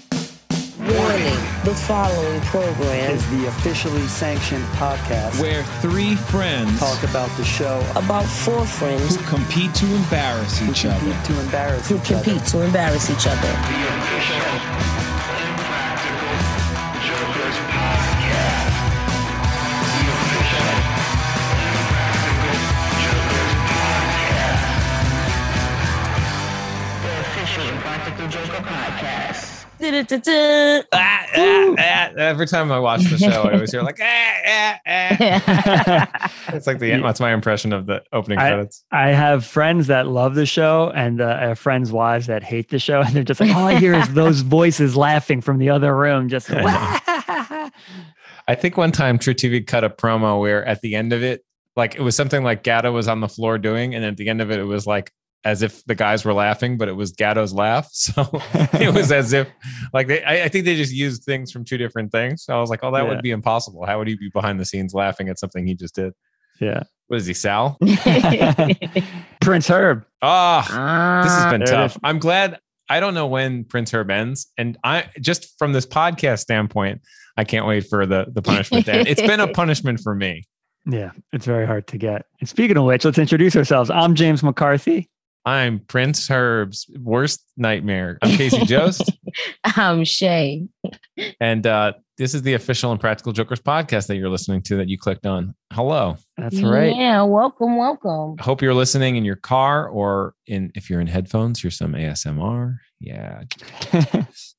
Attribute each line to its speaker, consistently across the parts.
Speaker 1: Warning, the following program
Speaker 2: is the officially sanctioned podcast
Speaker 3: where three friends
Speaker 2: talk about the show
Speaker 1: about four friends
Speaker 3: who compete to embarrass
Speaker 2: who
Speaker 3: each
Speaker 2: compete
Speaker 3: other.
Speaker 2: to embarrass
Speaker 1: who
Speaker 2: each
Speaker 1: compete to embarrass each other. Du-du-du-du.
Speaker 3: Ah, ah, ah. Every time I watch the show, I always hear like, ah, ah, ah. it's like the that's my impression of the opening
Speaker 4: I-
Speaker 3: credits.
Speaker 4: I have friends that love the show and uh, I have friends' wives that hate the show. And they're just like, all I hear is those voices laughing from the other room. Just,
Speaker 3: I think one time True TV cut a promo where at the end of it, like it was something like Gatto was on the floor doing, and at the end of it, it was like as if the guys were laughing, but it was Gatto's laugh. So it was as if like they, I, I think they just used things from two different things. So I was like, oh, that
Speaker 4: Yeah.
Speaker 3: would be impossible. How would he be behind the scenes laughing at something he just did?
Speaker 4: yeah.
Speaker 3: What is he, Sal?
Speaker 4: Prince Herb.
Speaker 3: Ah, this has been
Speaker 4: There it
Speaker 3: tough.
Speaker 4: is.
Speaker 3: I'm glad. I don't know when Prince Herb ends, and I just from this podcast standpoint, I can't wait for the the punishment. There, it's been a punishment for me.
Speaker 4: Yeah. It's very hard to get. And speaking of which, let's introduce ourselves. I'm James McCarthy.
Speaker 3: I'm Prince Herb's worst nightmare. I'm Casey Jost,
Speaker 5: I'm Shay.
Speaker 3: and uh, this is the official Impractical Jokers podcast that you're listening to that you clicked on. Hello.
Speaker 4: That's right.
Speaker 5: Yeah, welcome, welcome.
Speaker 3: I hope you're listening in your car or in if you're in headphones, you're some ASMR. Yeah,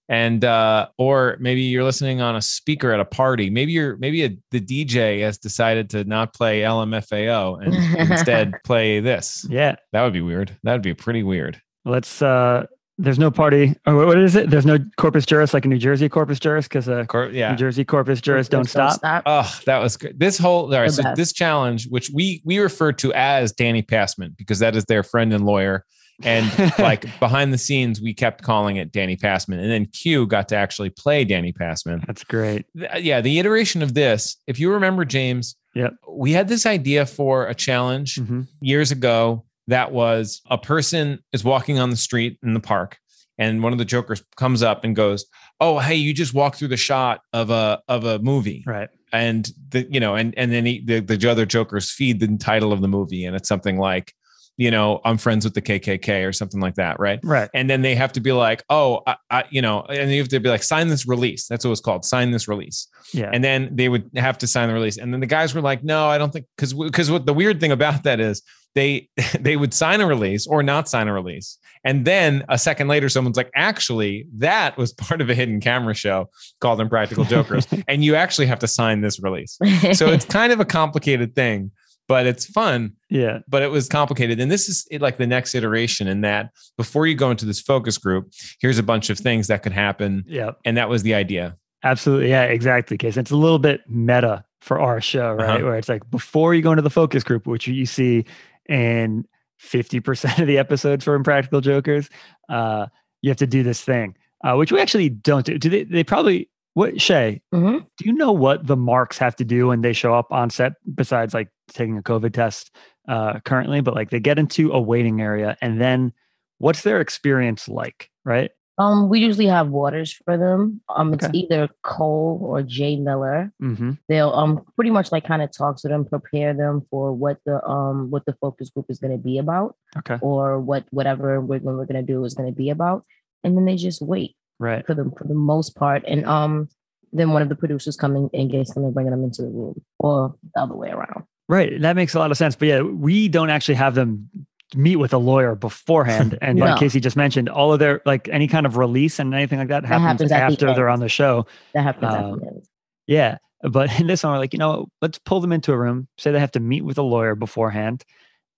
Speaker 3: and uh or maybe you're listening on a speaker at a party maybe you're maybe a, the dj has decided to not play lmfao and instead play this
Speaker 4: yeah.
Speaker 3: that would be weird that would be pretty weird
Speaker 4: Let's, uh, there's no party. Or what- what is it? There's no Corpus Juris, like a New Jersey Corpus Juris, because uh,
Speaker 3: Cor-
Speaker 4: New
Speaker 3: yeah
Speaker 4: Jersey Corpus Juris don't, stop.
Speaker 3: oh that was good this whole all right
Speaker 5: The
Speaker 3: so
Speaker 5: best.
Speaker 3: this challenge which we we refer to as danny passman because that is their friend and lawyer and like behind the scenes we kept calling it danny passman and then q got to actually play danny passman
Speaker 4: That's great.
Speaker 3: th- uh, yeah, the iteration of this, if you remember, James,
Speaker 4: Yep.
Speaker 3: we had this idea for a challenge
Speaker 4: Mhm.
Speaker 3: years ago that was a person is walking on the street in the park, and one of the jokers comes up and goes, "Oh, hey, you just walked through the shot of a of a movie,"
Speaker 4: Right.
Speaker 3: and the you know, and and then he, the the other jokers feed the title of the movie, and it's something like, you know, I'm friends with the KKK or something like that, right?
Speaker 4: Right.
Speaker 3: and then they have to be like, oh, I, I, you know, and you have to be like, sign this release. That's what it's called, sign this release.
Speaker 4: Yeah.
Speaker 3: And then they would have to sign the release. And then the guys were like, no, I don't think, because because what the weird thing about that is they they would sign a release or not sign a release. And then a second later, someone's like, actually, that was part of a hidden camera show called Impractical Jokers, and you actually have to sign this release. So it's kind of a complicated thing, but it's fun
Speaker 4: yeah.
Speaker 3: but it was complicated. And this is it, like the next iteration in that before you go into this focus group, here's a bunch of things that could happen.
Speaker 4: Yeah.
Speaker 3: And that was the idea.
Speaker 4: Absolutely. Yeah, exactly. Case it's a little bit meta for our show, right?
Speaker 3: Uh-huh.
Speaker 4: Where it's like before you go into the focus group, which you see in 50% of the episodes for Impractical Jokers, uh, you have to do this thing, uh, which we actually don't do. Do they, they probably, what, Shay,
Speaker 5: Mhm.
Speaker 4: do you know what the marks have to do when they show up on set besides like taking a COVID test uh, currently? But like they get into a waiting area and then what's their experience like, right?
Speaker 5: Um, we usually have waters for them. Um, it's
Speaker 4: Okay.
Speaker 5: either Cole or Jay Miller.
Speaker 4: Mm-hmm.
Speaker 5: They'll um pretty much like kind of talk to them, prepare them for what the um what the focus group is going to be about,
Speaker 4: Okay.
Speaker 5: or what whatever we're when we're going to do is going to be about, and then they just wait
Speaker 4: Right.
Speaker 5: for the for the most part, and um then one of the producers coming and gets them and bringing them into the room, or the other way around.
Speaker 4: Right. That makes a lot of sense. But yeah, we don't actually have them meet with a lawyer beforehand. And like
Speaker 5: No.
Speaker 4: Casey just mentioned, all of their like any kind of release and anything like that
Speaker 5: That
Speaker 4: happens,
Speaker 5: happens at the
Speaker 4: after they're
Speaker 5: end.
Speaker 4: on the show.
Speaker 5: That
Speaker 4: Um,
Speaker 5: happens at the end.
Speaker 4: Yeah. But in this one, we're like, you know, let's pull them into a room, say they have to meet with a lawyer beforehand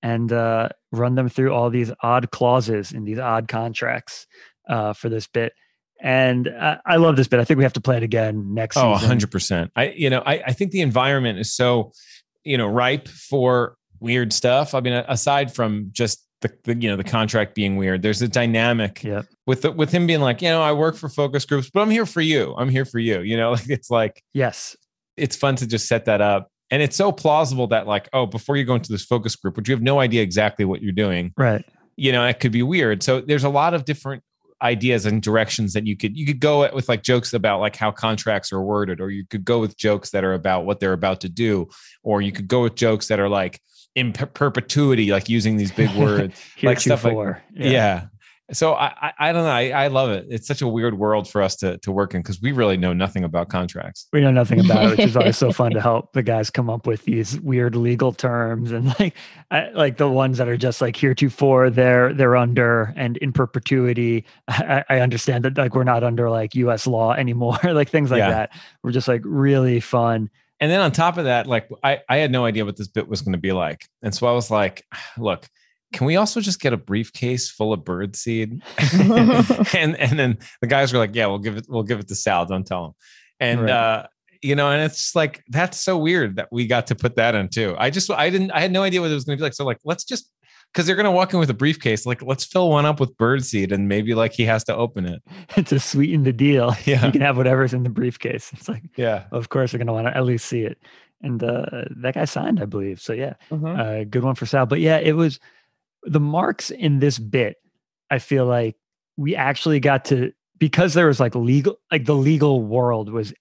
Speaker 4: and uh, run them through all these odd clauses in these odd contracts uh, for this bit. And uh, I love this bit. I think we have to play it again next
Speaker 3: Oh,
Speaker 4: season.
Speaker 3: 100%. I, you know, I, I think the environment is so, you know, ripe for weird stuff. I mean, aside from just the, the you know, the contract being weird, there's a dynamic
Speaker 4: Yep.
Speaker 3: with the, with him being like, you know, I work for focus groups, but I'm here for you. I'm here for you. You know, like it's like,
Speaker 4: Yes.
Speaker 3: it's fun to just set that up. And it's so plausible that like, oh, before you go into this focus group, which you have no idea exactly what you're doing,
Speaker 4: Right.
Speaker 3: you know, it could be weird. So there's a lot of different ideas and directions that you could you could go at with like jokes about like how contracts are worded, or you could go with jokes that are about what they're about to do, or you could go with jokes that are like in per- perpetuity, like using these big words. Like stuff like-
Speaker 4: Heretofore.
Speaker 3: yeah. So I, I I don't know. I, I love it. It's such a weird world for us to to work in because we really know nothing about contracts.
Speaker 4: we know nothing about it, which is always so fun to help the guys come up with these weird legal terms and like I, like the ones that are just like heretofore, they're they're under and in perpetuity. I, I I understand that like we're not under like U.S. law anymore, like things like
Speaker 3: Yeah.
Speaker 4: that. We're just like really fun.
Speaker 3: And then on top of that, like I, I had no idea what this bit was going to be like. And so I was like, look, can we also just get a briefcase full of bird seed? and and then the guys were like, yeah, we'll give it, we'll give it to Sal. Don't tell him. And
Speaker 4: Right.
Speaker 3: uh, you know, and it's just like that's so weird that we got to put that in too. I just I didn't I had no idea what it was going to be like. So like let's just because they're going to walk in with a briefcase, like let's fill one up with bird seed and maybe like he has to open it.
Speaker 4: to sweeten the deal,
Speaker 3: Yeah.
Speaker 4: you can have whatever's in the briefcase. It's like,
Speaker 3: Yeah.
Speaker 4: of course, we're gonna want to at least see it. And uh, that guy signed, I believe. So yeah,
Speaker 1: Mhm.
Speaker 4: uh, good one for Sal. But yeah, it was the marks in this bit. I feel like we actually got to because there was like legal, like the legal world was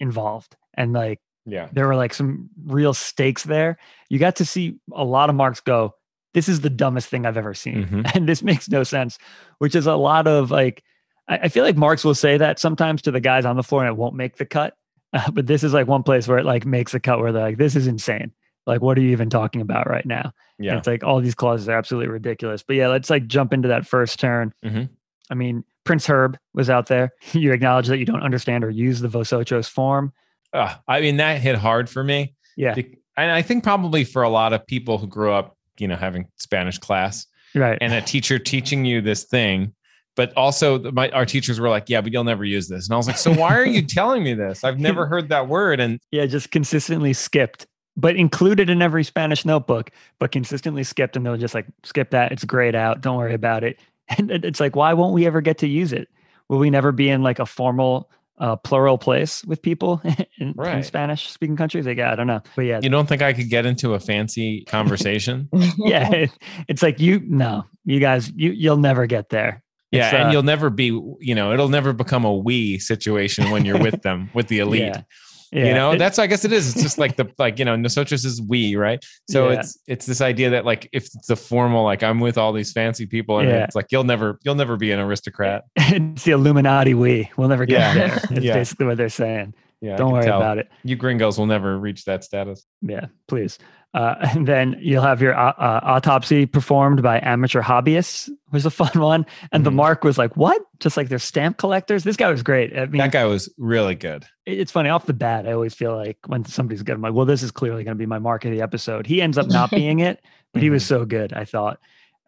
Speaker 4: involved, and like
Speaker 3: Yeah.
Speaker 4: there were like some real stakes there. You got to see a lot of marks go. This is the dumbest thing I've ever seen,
Speaker 3: Mhm.
Speaker 4: and this makes no sense. Which is a lot of like, I, I feel like marks will say that sometimes to the guys on the floor, and it won't make the cut. Uh, but this is like one place where it like makes a cut where they're like, "This is insane. Like, what are you even talking about right now?" And
Speaker 3: Yeah.
Speaker 4: It's like all these clauses are absolutely ridiculous. But yeah, let's like jump into that first turn.
Speaker 3: Mhm.
Speaker 4: I mean, Prince Herb was out there. you acknowledge that you don't understand or use the Vosochos form.
Speaker 3: Ugh, I mean, that hit hard for me.
Speaker 4: Yeah.
Speaker 3: Bec- and I think probably for a lot of people who grew up, you know, having Spanish class
Speaker 4: Right.
Speaker 3: and a teacher teaching you this thing, but also th- my our teachers were like, "Yeah, but you'll never use this," and I was like, "So why are you telling me this? I've never heard that word." And
Speaker 4: yeah, just consistently skipped, but included in every Spanish notebook, but consistently skipped. And they'll just like, skip that. It's grayed out. Don't worry about it. And it- it's like, why won't we ever get to use it? Will we never be in like a formal uh, plural place with people in, in
Speaker 3: Right.
Speaker 4: Spanish speaking countries? Like, yeah, I don't know. But yeah,
Speaker 3: you don't think I could get into a fancy conversation?
Speaker 4: yeah it- it's like you no you guys you you'll never get there
Speaker 3: yeah,
Speaker 4: It's, uh,
Speaker 3: and you'll never be, you know, it'll never become a we situation when you're with them, with the elite.
Speaker 4: Yeah.
Speaker 3: you know
Speaker 4: it-
Speaker 3: that's i guess it is it's just like the like you know nosotros is we right so
Speaker 4: Yeah.
Speaker 3: it's it's this idea that like if it's the formal like i'm with all these fancy people and
Speaker 4: Yeah.
Speaker 3: it's like you'll never you'll never be an aristocrat
Speaker 4: it's the illuminati we we'll never get
Speaker 3: Yeah.
Speaker 4: there it's
Speaker 3: Yeah.
Speaker 4: basically what they're saying
Speaker 3: yeah I
Speaker 4: don't
Speaker 3: can
Speaker 4: worry
Speaker 3: tell.
Speaker 4: about it
Speaker 3: you gringos will never reach that status
Speaker 4: yeah please uh, and then you'll have your au- uh, autopsy performed by amateur hobbyists was a fun one and the
Speaker 3: Mhm.
Speaker 4: mark was like what just like they're stamp collectors this guy was great i mean
Speaker 3: that guy was really good
Speaker 4: it- it's funny off the bat. I always feel like when somebody's good, I'm like, well, this is clearly going to be my mark of the episode. He ends up not being it, but he
Speaker 3: Mm-hmm.
Speaker 4: was so good. I thought.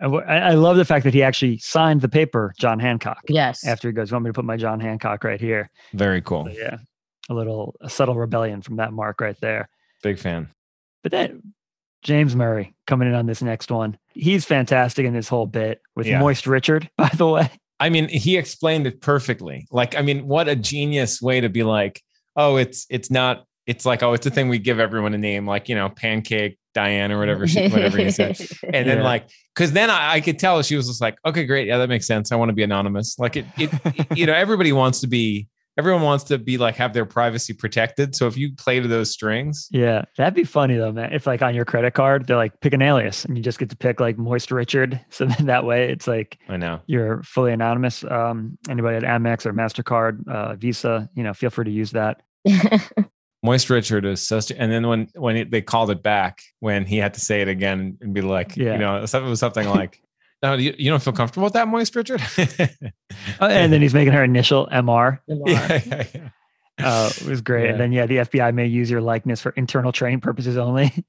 Speaker 4: I, wa- I I love the fact that he actually signed the paper, John Hancock.
Speaker 5: Yes.
Speaker 4: After he goes, want me to put my John Hancock right here?
Speaker 3: very cool
Speaker 4: So, yeah, a little a subtle rebellion from that mark right there.
Speaker 3: big fan
Speaker 4: But then James Murray coming in on this next one, he's fantastic in this whole bit with
Speaker 3: Yeah.
Speaker 4: Moist Richard, by the way.
Speaker 3: i mean he explained it perfectly like i mean what a genius way to be like oh it's it's not it's like oh it's a thing we give everyone a name like you know pancake diane or whatever she, whatever he said And then
Speaker 4: Yeah.
Speaker 3: like, cause then I, I could tell she was just like, okay, great. Yeah, that makes sense. I want to be anonymous. Like it, it, it- you know, everybody wants to be, everyone wants to be like, have their privacy protected. So if you play to those strings,
Speaker 4: Yeah, that'd be funny though, man. If like on your credit card, they're like pick an alias, and you just get to pick like Moist Richard. So then that way, it's like
Speaker 3: I know.
Speaker 4: you're fully anonymous. Um, anybody at Amex or Mastercard, uh, Visa, you know, feel free to use that.
Speaker 3: Moist Richard is such, and then when when it, they called it back, when he had to say it again and be like,
Speaker 4: Yeah.
Speaker 3: you know, it was something like, no, you, you don't feel comfortable with that, Moist Richard.
Speaker 4: Oh, and then he's making her initial MR.
Speaker 3: yeah, yeah, yeah.
Speaker 4: Uh, it was great.
Speaker 3: Yeah.
Speaker 4: And then yeah, the FBI may use your likeness for internal training purposes only.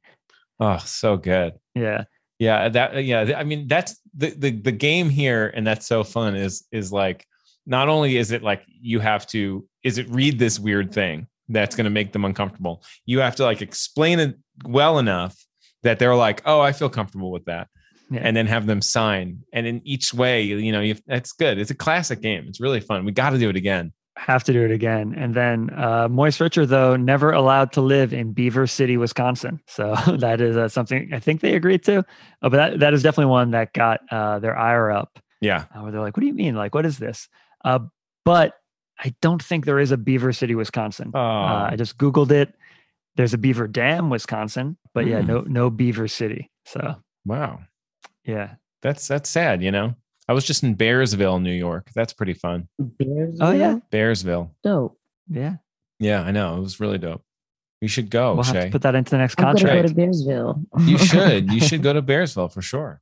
Speaker 3: Oh, so good.
Speaker 4: yeah,
Speaker 3: uh, Yeah, that yeah, th- I mean that's the the the game here and that's so fun is is like not only is it like you have to is it read this weird thing that's going to make them uncomfortable you have to like explain it well enough that they're like oh i feel comfortable with that
Speaker 4: Yeah.
Speaker 3: and then have them sign and in each way you know you that's good it's a classic game it's really fun we got to do it again
Speaker 4: Have to do it again. And then uh, Moist Richer, though, never allowed to live in Beaver City, Wisconsin. So that is uh, something I think they agreed to. Oh, but that, that is definitely one that got uh, their ire up.
Speaker 3: yeah
Speaker 4: uh, where they're like, "What do you mean? Like, what is this?" Uh, but I don't think there is a Beaver City, Wisconsin.
Speaker 3: oh
Speaker 4: Uh, I just googled it. There's a Beaver Dam, Wisconsin, but yeah, no, no Beaver City. So
Speaker 3: wow
Speaker 4: yeah.
Speaker 3: that's that's sad you know i was just in bearsville new york that's pretty fun
Speaker 5: Bears.
Speaker 4: Oh yeah,
Speaker 3: bearsville
Speaker 5: Dope.
Speaker 4: yeah.
Speaker 3: yeah i know it was really dope you should go
Speaker 4: we'll have
Speaker 3: shay
Speaker 4: to put that into the next
Speaker 5: I'm gonna go
Speaker 4: contract.
Speaker 5: to Bearsville.
Speaker 3: you should you should go to bearsville for sure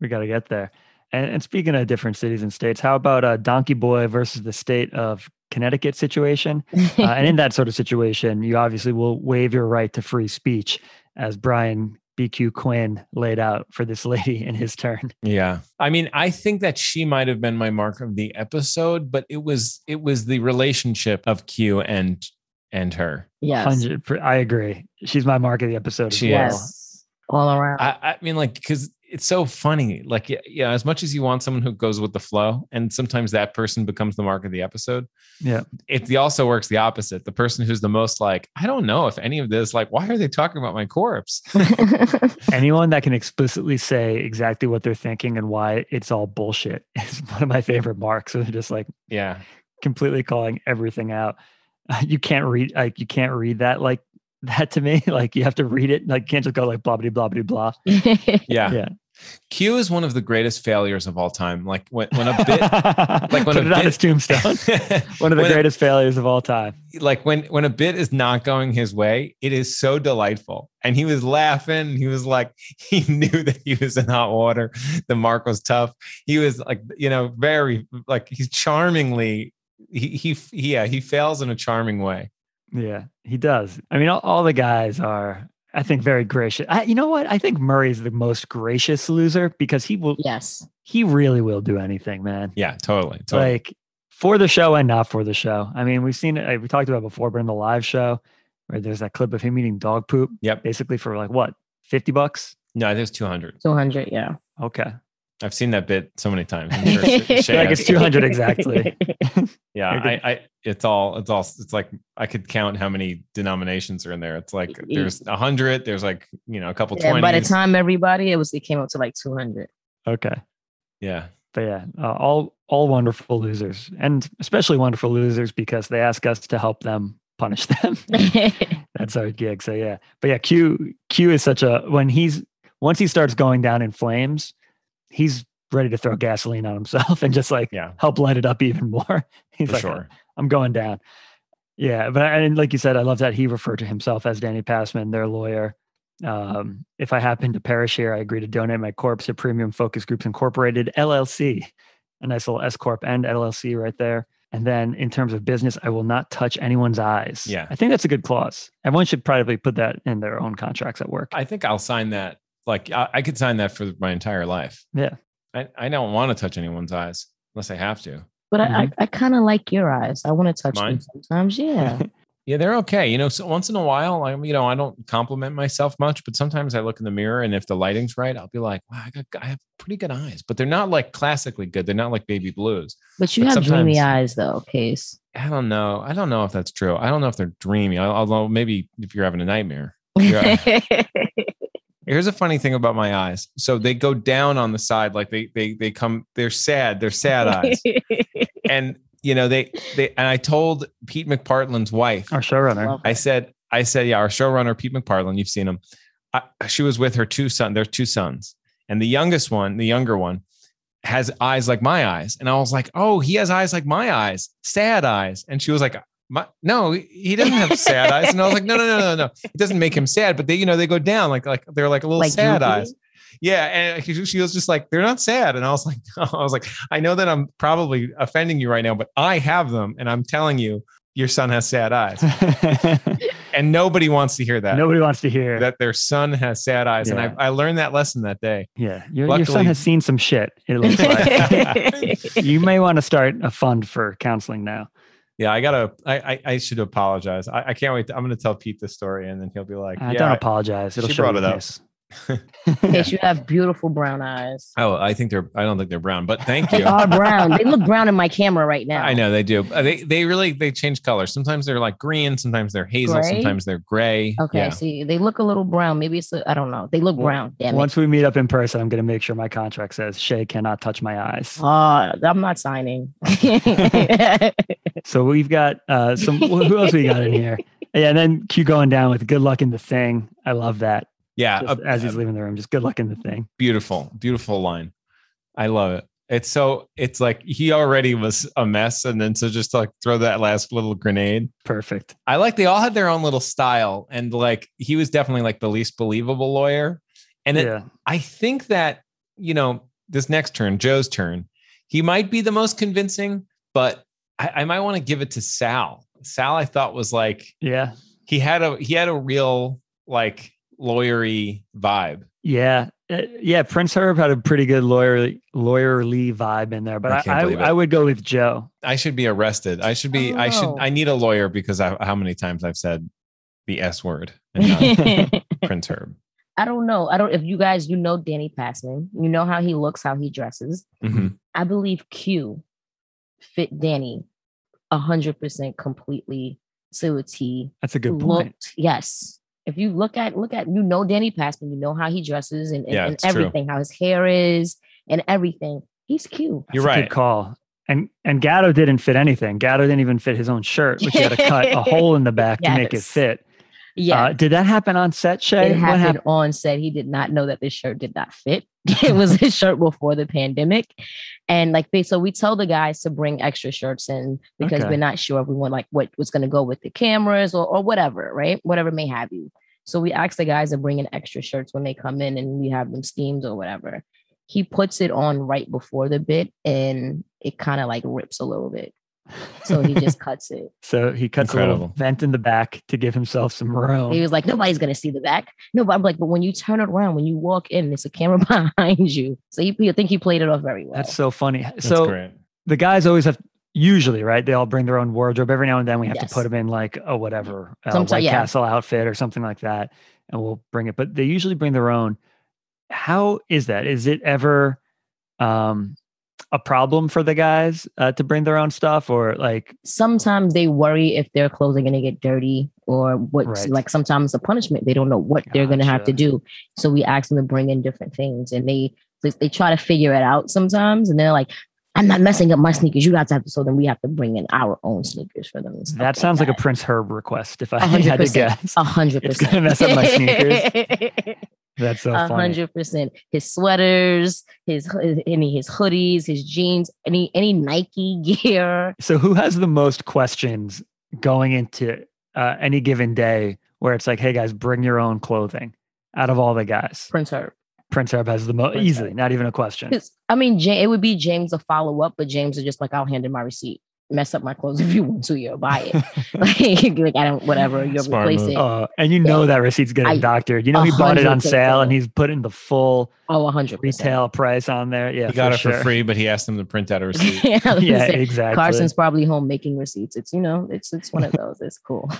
Speaker 4: we got to get there. And, and speaking of different cities and states, how about uh, Donkey Boy versus the state of Connecticut situation? uh, and in that sort of situation, you obviously will waive your right to free speech, as Brian BQ Quinn laid out for this lady in his turn.
Speaker 3: Yeah. I mean, I think that she might have been my mark of the episode, but it was it was the relationship of Q and and her.
Speaker 5: yes.
Speaker 4: Hundred. per- I agree. She's my mark of the episode. As
Speaker 3: She
Speaker 4: well.
Speaker 3: is.
Speaker 5: Yes. All around.
Speaker 3: I, I mean, like, because it's so funny. Like, yeah, yeah, as much as you want someone who goes with the flow, and sometimes that person becomes the mark of the episode.
Speaker 4: Yeah.
Speaker 3: It the- also works the opposite. The person who's the most like, I don't know if any of this, like, why are they talking about my corpse?
Speaker 4: Anyone that can explicitly say exactly what they're thinking and why it's all bullshit is one of my favorite marks. They're just like
Speaker 3: yeah.
Speaker 4: completely calling everything out. Uh, You can't read like you can't read that like that to me. Like you have to read it. Like you can't just go like blah blah blah blah blah.
Speaker 3: Yeah.
Speaker 4: Yeah.
Speaker 3: Q is one of the greatest failures of all time. Like when, when a bit like when
Speaker 4: Put
Speaker 3: a
Speaker 4: it on
Speaker 3: bit-
Speaker 4: his tombstone. One of the
Speaker 3: When a-
Speaker 4: greatest failures of all time.
Speaker 3: like when when a bit is not going his way, it is so delightful. And he was laughing. He was like, he knew that he was in hot water. The mark was tough. He was like, you know, very like he's charmingly. He he yeah he fails in a charming way.
Speaker 4: Yeah, he does. I mean, all, all the guys are, I think, very gracious. I, you know what? I think Murray's the most gracious loser because he will,
Speaker 5: yes.
Speaker 4: he really will do anything, man.
Speaker 3: Yeah, totally, totally.
Speaker 4: Like for the show and not for the show. I mean, we've seen it, like, we talked about it before, but in the live show where there's that clip of him eating dog poop,
Speaker 3: yep.
Speaker 4: basically for like what, 50 bucks?
Speaker 3: No, I think it's two hundred.
Speaker 5: 200. Yeah.
Speaker 4: Okay.
Speaker 3: I've seen that bit so many times. I'm sure Shay- Shay
Speaker 4: Like
Speaker 3: has-
Speaker 4: it's 200 exactly.
Speaker 3: yeah, I, I it's all it's all it's like I could count how many denominations are in there. It's like there's a hundred. There's like you know a couple
Speaker 5: And
Speaker 3: twenty.
Speaker 5: by the time everybody, it was it came up to like 200.
Speaker 4: Okay.
Speaker 3: yeah.
Speaker 4: But yeah, uh, all all wonderful losers, and especially wonderful losers because they ask us to help them punish them. That's our gig. So yeah, but yeah, Q Q is such a when he's once he starts going down in flames, he's ready to throw gasoline on himself and just like
Speaker 3: Yeah.
Speaker 4: help light it up even more. He's
Speaker 3: for
Speaker 4: like,
Speaker 3: sure.
Speaker 4: I'm going down. Yeah, but I, and like you said, I love that he referred to himself as Danny Passman, their lawyer. Um, if I happen to perish here, I agree to donate my corpse to Premium Focus Groups Incorporated LLC. A nice little S corp and LLC right there. And then in terms of business, I will not touch anyone's eyes.
Speaker 3: Yeah.
Speaker 4: I think that's a good clause. Everyone should probably put that in their own contracts at work.
Speaker 3: I think I'll sign that. Like I, I could sign that for my entire life.
Speaker 4: Yeah.
Speaker 3: I, I don't want to touch anyone's eyes unless I have to.
Speaker 5: But I,
Speaker 4: Mm-hmm.
Speaker 5: I, I kind of like your eyes. I want to touch
Speaker 3: Mine?
Speaker 5: them sometimes. Yeah.
Speaker 3: Yeah, they're okay. You know, so once in a while, I you know, I don't compliment myself much, but sometimes I look in the mirror and if the lighting's right, I'll be like, wow, I got I have pretty good eyes. But they're not like classically good. They're not like baby blues.
Speaker 5: But you
Speaker 3: But
Speaker 5: have dreamy
Speaker 3: sometimes-
Speaker 5: eyes though, Case.
Speaker 3: I don't know. I don't know if that's true. I don't know if they're dreamy. Al- Although maybe if you're having a nightmare. Yeah. Here's a funny thing about my eyes. So they go down on the side, like they they they come. They're sad. They're sad eyes. and you know they they and I told Pete McPartland's wife.
Speaker 4: Our showrunner.
Speaker 3: I said I said yeah, our showrunner Pete McPartland. You've seen him. I, she was with her two son. Their two sons, and the youngest one, the younger one, has eyes like my eyes. And I was like, oh, he has eyes like my eyes, sad eyes. And she was like. My, no, he doesn't have sad eyes, and I was like, no, no, no, no, no. It doesn't make him sad, but they, you know, they go down like, like they're like a little
Speaker 5: Like
Speaker 3: sad
Speaker 5: droopy?
Speaker 3: eyes. Yeah, and she she was just like, they're not sad, and I was like, I was like, I know that I'm probably offending you right now, but I have them, and I'm telling you, your son has sad eyes. And nobody wants to hear that.
Speaker 4: Nobody wants to hear.
Speaker 3: That their son has sad eyes.
Speaker 4: Yeah.
Speaker 3: And I, I learned that lesson that day.
Speaker 4: yeah, your, your
Speaker 3: Luckily-
Speaker 4: son has seen some shit. It looks like you may want to start a fund for counseling now.
Speaker 3: Yeah, I gotta I I, I should apologize. I, I can't wait. to- I'm gonna tell Pete this story and then he'll be like,
Speaker 4: Uh,
Speaker 3: yeah,
Speaker 4: don't
Speaker 3: I-
Speaker 4: apologize. It'll
Speaker 3: she
Speaker 4: show
Speaker 3: brought
Speaker 4: you
Speaker 3: it up.
Speaker 4: this.
Speaker 5: Yes, you have beautiful brown eyes.
Speaker 3: Oh, I think they're I don't think they're brown, but thank
Speaker 5: They
Speaker 3: you.
Speaker 4: Oh,
Speaker 5: are brown. They look brown in my camera right now.
Speaker 3: I know they do. Uh, They they really they change colors. Sometimes they're like green, sometimes they're hazel,
Speaker 5: Gray?
Speaker 3: sometimes they're gray.
Speaker 5: Okay,
Speaker 3: Yeah.
Speaker 5: see, they look a little brown. Maybe it's I I don't know. They look
Speaker 4: Well,
Speaker 5: brown. Damn it.
Speaker 4: Once we meet up in person, I'm going to make sure my contract says Shay cannot touch my eyes.
Speaker 5: Uh, I'm not signing. Good
Speaker 4: So we've got uh, some. wh- Who else we got in here? Yeah, and then Q going down with "Good luck in the thing." I love that.
Speaker 3: Yeah.
Speaker 4: Just
Speaker 3: a-
Speaker 4: as he's leaving the room, just "Good luck in the thing."
Speaker 3: beautiful beautiful line i love it it's so it's like he already was a mess and then so just like throw that last little grenade
Speaker 4: Perfect.
Speaker 3: i like they all had their own little style and like he was definitely like the least believable lawyer and it,
Speaker 4: yeah,
Speaker 3: i think that you know this next turn joe's turn he might be the most convincing but i, I might want to give it to sal sal i thought was like
Speaker 4: yeah,
Speaker 3: he had a he had a real like lawyery vibe
Speaker 4: yeah, Uh, yeah. Prince Herb had a pretty good lawyer lawyerly vibe in there, but
Speaker 3: I
Speaker 4: I
Speaker 3: can't
Speaker 4: I,
Speaker 3: believe it.
Speaker 4: I, would go with Joe.
Speaker 3: I should be arrested. I should be. I should.
Speaker 5: Oh.
Speaker 3: I need a lawyer because I, how many times I've said the S word and
Speaker 5: night.
Speaker 3: not Prince Herb.
Speaker 5: I don't know. I don't. If you guys, you know Danny Passman. You know how he looks, how he dresses.
Speaker 3: Mhm.
Speaker 5: I believe Q fit Danny a hundred percent completely to a T.
Speaker 4: That's a good point.
Speaker 5: Looked, yes. If you look at look at you know Danny Passman, you know how he dresses and, and,
Speaker 3: Yeah,
Speaker 5: and
Speaker 3: it's true.
Speaker 5: everything, how his hair is and everything. He's Q.
Speaker 4: That's
Speaker 3: You're
Speaker 4: a
Speaker 3: right.
Speaker 4: Good call. And and Gatto didn't fit anything. Gatto didn't even fit his own shirt, which he had to cut a hole in the back to make it
Speaker 5: Yes.
Speaker 4: fit.
Speaker 5: Yeah.
Speaker 4: Uh, did that happen on set, Shay?
Speaker 5: it
Speaker 4: What
Speaker 5: happened
Speaker 4: happened?
Speaker 5: on set. He did not know that this shirt did not fit. it was his shirt before the pandemic. And like they so we tell the guys to bring extra shirts in because
Speaker 4: Okay.
Speaker 5: we're not sure if we want like what was gonna go with the cameras or or whatever, right? Whatever may have you. So we ask the guys to bring in extra shirts when they come in and we have them steamed or whatever. He puts it on right before the bit and it kind of like rips a little bit. So he just cuts it.
Speaker 4: So he cuts a little
Speaker 3: Incredible.
Speaker 4: vent in the back to give himself some room.
Speaker 5: He was like, nobody's gonna see the back. No, but I'm like, but when you turn it around, when you walk in, there's a camera behind you. So you, you think he played it off very well.
Speaker 4: That's so funny.
Speaker 3: That's
Speaker 4: so
Speaker 3: great.
Speaker 4: the guys always have usually right. They all bring their own wardrobe. Every now and then we have
Speaker 5: Yes.
Speaker 4: to put them in like a whatever uh,
Speaker 5: Someti-
Speaker 4: White
Speaker 5: yeah.
Speaker 4: Castle outfit or something like that, and we'll bring it. But they usually bring their own. How is that? Is it ever um, a problem for the guys uh, to bring their own stuff, or like
Speaker 5: Sometimes they worry if their clothes are gonna get dirty or what.
Speaker 4: Right.
Speaker 5: Like sometimes the punishment, they don't know what they're gonna have to
Speaker 4: Gotcha.
Speaker 5: do. So we ask them to bring in different things, and they they- they try to figure it out sometimes, and they're like. I'm not messing up my sneakers. You guys have to. So then we have to bring in our own sneakers for them. and stuff
Speaker 4: that
Speaker 5: like
Speaker 4: sounds like
Speaker 5: that.
Speaker 4: a Prince Herb request? If I
Speaker 5: A hundred
Speaker 4: had to
Speaker 5: percent.
Speaker 4: guess,
Speaker 5: a hundred
Speaker 4: It's
Speaker 5: percent.
Speaker 4: gonna mess up my sneakers. that's so
Speaker 5: a
Speaker 4: funny.
Speaker 5: hundred percent. His sweaters, his hoo- any his hoodies, his jeans, any any Nike gear.
Speaker 4: So who has the most questions going into uh, any given day where it's like, hey guys, bring your own clothing out of all the guys?
Speaker 5: Prince Herb.
Speaker 4: Prince Arab has the most
Speaker 5: Prince
Speaker 4: easily,
Speaker 5: Arab.
Speaker 4: not even a question.
Speaker 5: 'Cause, I mean, Ja- it would be James a follow up, but James is just like, I'll hand in my receipt. Mess up my clothes if you want to. You'll buy it. like, like, I don't. Whatever. You'll
Speaker 3: Smart
Speaker 5: replace
Speaker 3: move.
Speaker 5: it.
Speaker 4: Uh, and you know that receipt's getting
Speaker 5: I-
Speaker 4: doctored. You know he bought it on sale and
Speaker 5: 100%.
Speaker 4: he's putting the full
Speaker 5: Oh, a hundred percent.
Speaker 4: retail price on there. Yeah,
Speaker 3: he got
Speaker 4: for
Speaker 3: it for
Speaker 4: sure.
Speaker 3: free, but he asked them to print out a receipt.
Speaker 5: Yeah, I was
Speaker 4: Yeah,
Speaker 5: gonna say,
Speaker 4: exactly.
Speaker 5: Carson's probably home making receipts. It's you know, it's it's one of those. It's cool.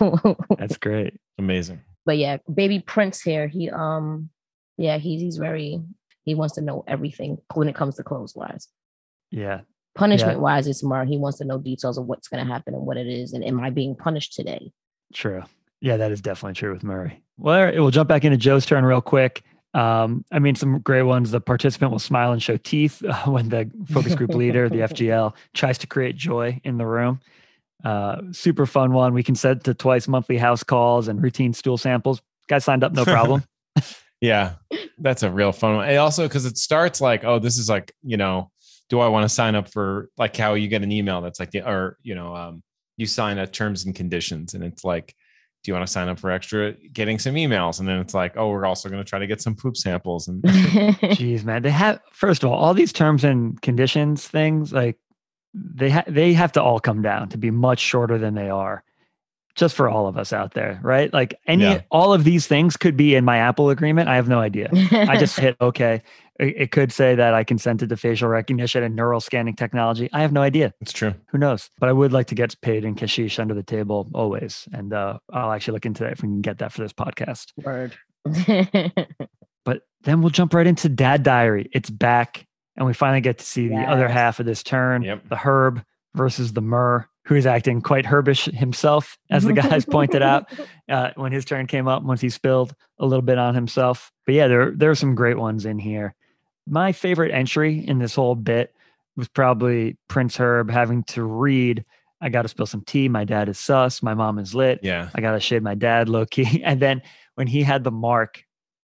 Speaker 4: That's great.
Speaker 3: Amazing.
Speaker 5: but yeah, baby Prince here, he um, yeah, he's he's very he wants to know everything when it comes to clothes wise.
Speaker 4: Yeah,
Speaker 5: Punishment wise, it's smart. He wants to know details of what's going to happen and what it is, and am I being punished today?
Speaker 4: true. Yeah, that is definitely true with Murray. Well, all right, we'll jump back into Joe's turn real quick. Um, I mean, some great ones. The participant will smile and show teeth uh, when the focus group leader, the FGL, tries to create joy in the room. Uh, super fun one. We can set to twice monthly house calls and routine stool samples. Guys signed up, no problem.
Speaker 3: Yeah, that's a real fun one. And also because it starts like, oh, this is like, you know, do I want to sign up for like how you get an email that's like, the, or you know, um, you sign a terms and conditions, and it's like, do you want to sign up for extra getting some emails? And then it's like, oh, we're also going to try to get some poop samples and
Speaker 4: Jeez, man. They have first of all, all these terms and conditions things, like they ha- they have to all come down to be much shorter than they are just for all of us out there right like any
Speaker 3: Yeah.
Speaker 4: all of these things could be in my apple agreement i have no idea i just hit okay it, it could say that i consented to facial recognition and neural scanning technology i have no idea
Speaker 3: It's true.
Speaker 4: who knows but i would like to get paid in kashish under the table always and uh, i'll actually look into that if we can get that for this podcast
Speaker 5: word.
Speaker 4: but then we'll jump right into Dad Diary. It's back, and we finally get to see the other
Speaker 5: Yes.
Speaker 4: half of this turn
Speaker 3: Yep.
Speaker 4: the herb versus the myrrh, who is acting quite herbish himself, as the guys pointed out uh, when his turn came up, once he spilled a little bit on himself. But yeah, there, there are some great ones in here. My favorite entry in this whole bit was probably Prince Herb having to read. I got to spill some tea. My dad is sus. My mom is lit.
Speaker 3: Yeah.
Speaker 4: I gotta shade my dad low key. And then when he had the mark,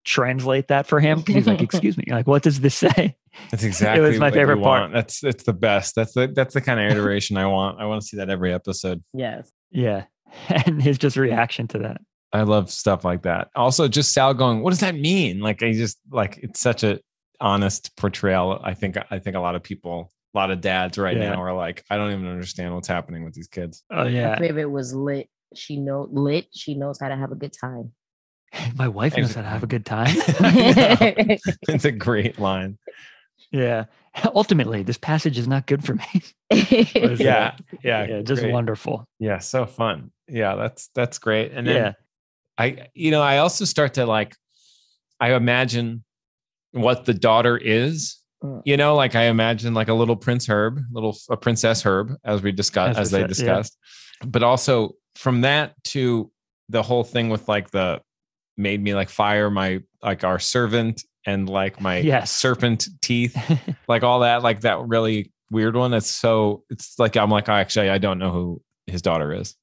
Speaker 4: translate that for him. 'cause He's like, excuse me, like what does this say?
Speaker 3: That's exactly
Speaker 4: my
Speaker 3: what you
Speaker 4: favorite part.
Speaker 3: want. That's it's the best. That's the that's the kind of iteration I want. I want to see that every episode.
Speaker 5: yes.
Speaker 4: Yeah. And his just reaction to that.
Speaker 3: I love stuff like that. Also, just Sal going, "What does that mean?" Like, I just like it's such a honest portrayal. I think I think a lot of people, a lot of dads right
Speaker 4: Yeah.
Speaker 3: now are like, "I don't even understand what's happening with these kids."
Speaker 4: Oh
Speaker 5: My
Speaker 4: yeah.
Speaker 5: favorite was lit. She know lit. She knows how to have a good time.
Speaker 4: My wife knows how to have a good time.
Speaker 3: I know. it's a great line.
Speaker 4: yeah. Ultimately, this passage is not good for me. What is
Speaker 3: Yeah,
Speaker 4: that?
Speaker 3: yeah,
Speaker 4: Yeah. Just
Speaker 3: great.
Speaker 4: wonderful.
Speaker 3: Yeah, so fun. Yeah, that's that's great. And then
Speaker 4: yeah.
Speaker 3: I, you know, I also start to like, I imagine what the daughter is.
Speaker 5: Mm.
Speaker 3: You know, like I imagine like a little Prince Herb, little a Princess Herb, as we discussed, as,
Speaker 4: As we
Speaker 3: they
Speaker 4: said, yeah.
Speaker 3: discussed. But also from that to the whole thing with like the made me like fire my like our servant and like my
Speaker 4: Yes.
Speaker 3: serpent teeth, like all that, like that really weird one. It's so it's like I'm like I actually I don't know who his daughter is.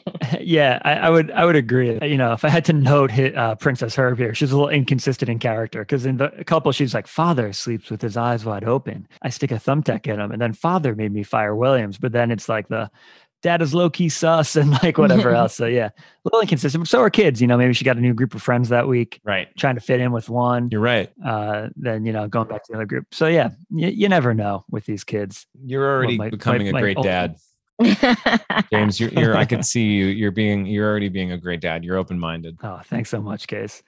Speaker 4: yeah, I, I would I would agree. You know, if I had to note hit, uh, Princess Herb here, she's a little inconsistent in character because in the couple, she's like, "Father sleeps with his eyes wide open. I stick a thumbtack in him, and then Father made me fire Williams." But then it's like the dad is low key sus and like whatever else. So yeah, a little inconsistent. But so are kids. You know, maybe she got a new group of friends that week,
Speaker 3: Right.
Speaker 4: trying to fit in with one.
Speaker 3: You're right.
Speaker 4: Uh, then you know, going back to the other group. So yeah, you, you never know with these kids.
Speaker 3: You're already
Speaker 4: might-
Speaker 3: becoming
Speaker 4: might-
Speaker 3: a great
Speaker 4: might-
Speaker 3: dad. James, you're, you're I could see you. You're being you're already being a great dad. You're open minded.
Speaker 4: Oh, thanks so much, Case.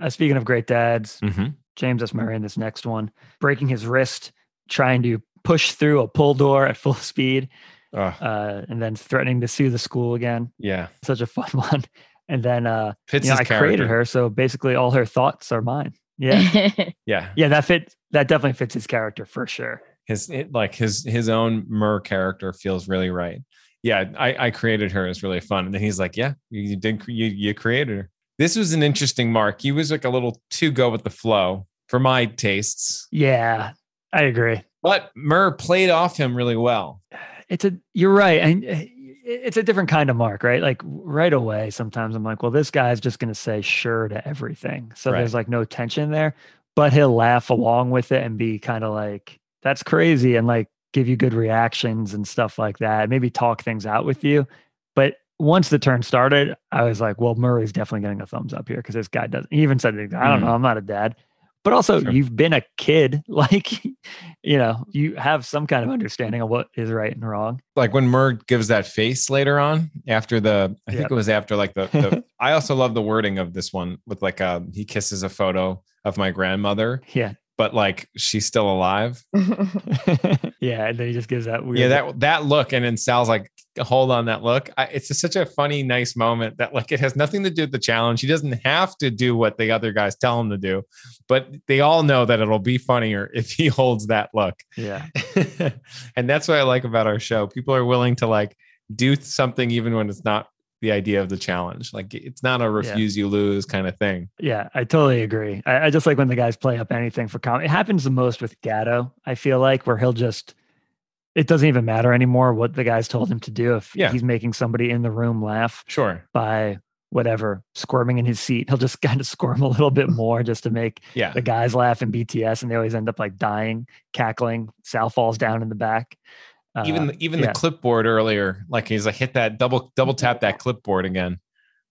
Speaker 4: Uh, speaking of great dads,
Speaker 3: Mm-hmm.
Speaker 4: James S. Murray in this next one, breaking his wrist, trying to push through a pull door at full speed, uh, and then threatening to sue the school again.
Speaker 3: yeah,
Speaker 4: Such a fun one. And then uh,
Speaker 3: fits
Speaker 4: you know,
Speaker 3: his
Speaker 4: I
Speaker 3: character.
Speaker 4: created her, so basically all her thoughts are mine. Yeah,
Speaker 3: Yeah,
Speaker 4: yeah, that fit. That definitely fits his character for sure.
Speaker 3: his it, like his his own Mur character feels really right. Yeah, I, I created her is really fun. And then he's like, yeah, you, you did cre- you you created her. This was an interesting mark. He was like a little too go with the flow for my tastes,
Speaker 4: Yeah, I agree.
Speaker 3: but Mur played off him really well.
Speaker 4: It's a you're right, and uh, it's a different kind of mark, right? Like right away, sometimes I'm like, well, this guy's just gonna say sure to everything, so
Speaker 3: Right.
Speaker 4: there's like no tension there, but he'll laugh along with it and be kind of like, that's crazy, and like give you good reactions and stuff like that. Maybe talk things out with you, but once the turn started, I was like, well, Murray's definitely getting a thumbs up here because this guy doesn't. He even said, I don't know, I'm not a dad. But also,
Speaker 3: Mm. Sure.
Speaker 4: you've been a kid. Like, you know, you have some kind of understanding of what is right and wrong.
Speaker 3: like when Murr gives that face later on after the I think
Speaker 4: Yep.
Speaker 3: it was after like the, the I also love the wording of this one with like um he kisses a photo of my grandmother,
Speaker 4: Yeah.
Speaker 3: but like she's still alive.
Speaker 4: yeah. And then he just gives that weird.
Speaker 3: Yeah, that that look, and then Sal's like, hold on that look. I, it's just such a funny, nice moment that like it has nothing to do with the challenge. He doesn't have to do what the other guys tell him to do, but they all know that it'll be funnier if he holds that look.
Speaker 4: Yeah.
Speaker 3: and that's what I like about our show. People are willing to like do something even when it's not the idea of the challenge. Like it's not a refuse you lose kind of thing.
Speaker 4: Yeah. I totally agree. I, I just like when the guys play up anything for comedy. It happens the most with Gatto, I feel like, where he'll just, it doesn't even matter anymore what the guys told him to do. If
Speaker 3: Yeah.
Speaker 4: he's making somebody in the room laugh,
Speaker 3: Sure.
Speaker 4: by whatever squirming in his seat. He'll just kind of squirm a little bit more just to make
Speaker 3: Yeah.
Speaker 4: the guys laugh in BTS, and they always end up like dying, cackling. Sal falls down in the back. Uh,
Speaker 3: even the, even
Speaker 4: yeah.
Speaker 3: the clipboard earlier, like he's like hit that double double tap that clipboard again.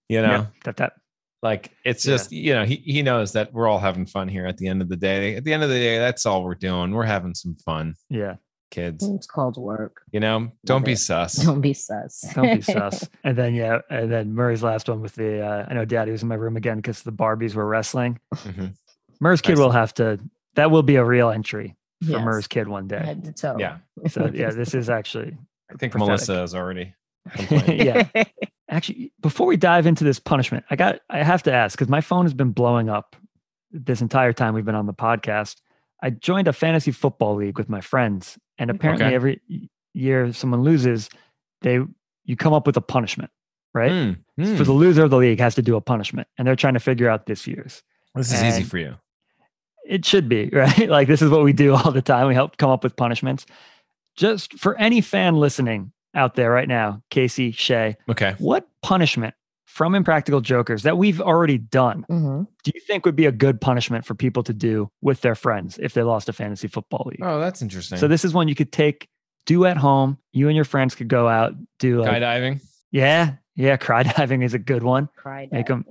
Speaker 3: You know,
Speaker 4: yeah, tap, tap.
Speaker 3: like it's
Speaker 4: Yeah.
Speaker 3: just you know he he knows that we're all having fun here. At the end of the day, at the end of the day, that's all we're doing. We're having some fun.
Speaker 4: Yeah.
Speaker 3: kids.
Speaker 5: It's called work.
Speaker 3: You know, don't be
Speaker 5: it.
Speaker 3: sus.
Speaker 5: Don't be sus.
Speaker 4: Don't be sus. And then yeah, and then Murray's last one with the uh, I know Daddy was in my room again because the Barbies were wrestling.
Speaker 3: Mhm.
Speaker 4: Murray's kid will have to. That will be a real entry for
Speaker 5: Yes.
Speaker 4: Murray's kid one
Speaker 5: I
Speaker 4: day.
Speaker 5: had to tell.
Speaker 3: Yeah.
Speaker 4: So yeah, this is actually
Speaker 3: I think
Speaker 4: Pathetic.
Speaker 3: Melissa is already. complaining.
Speaker 4: yeah. Actually, before we dive into this punishment, I got I have to ask because my phone has been blowing up this entire time we've been on the podcast. I joined a fantasy football league with my friends, and apparently
Speaker 3: Okay.
Speaker 4: every y- year someone loses, they you come up with a punishment, right?
Speaker 3: Mm, mm.
Speaker 4: For the loser of the league has to do a punishment, and they're trying to figure out this year's.
Speaker 3: this is easy
Speaker 4: and-
Speaker 3: for you.
Speaker 4: It should be right. Like this is what we do all the time. We help come up with punishments. Just for any fan listening out there right now, Casey Shay,
Speaker 3: Okay.
Speaker 4: what punishment from impractical jokers that we've already done
Speaker 5: hmm
Speaker 4: do you think would be a good punishment for people to do with their friends if they lost a fantasy football league
Speaker 3: Oh, that's interesting.
Speaker 4: so this is one you could take do at home you and your friends could go out do like,
Speaker 3: skydiving.
Speaker 4: yeah yeah cry diving is a good one
Speaker 5: Cried.
Speaker 4: Make 'em-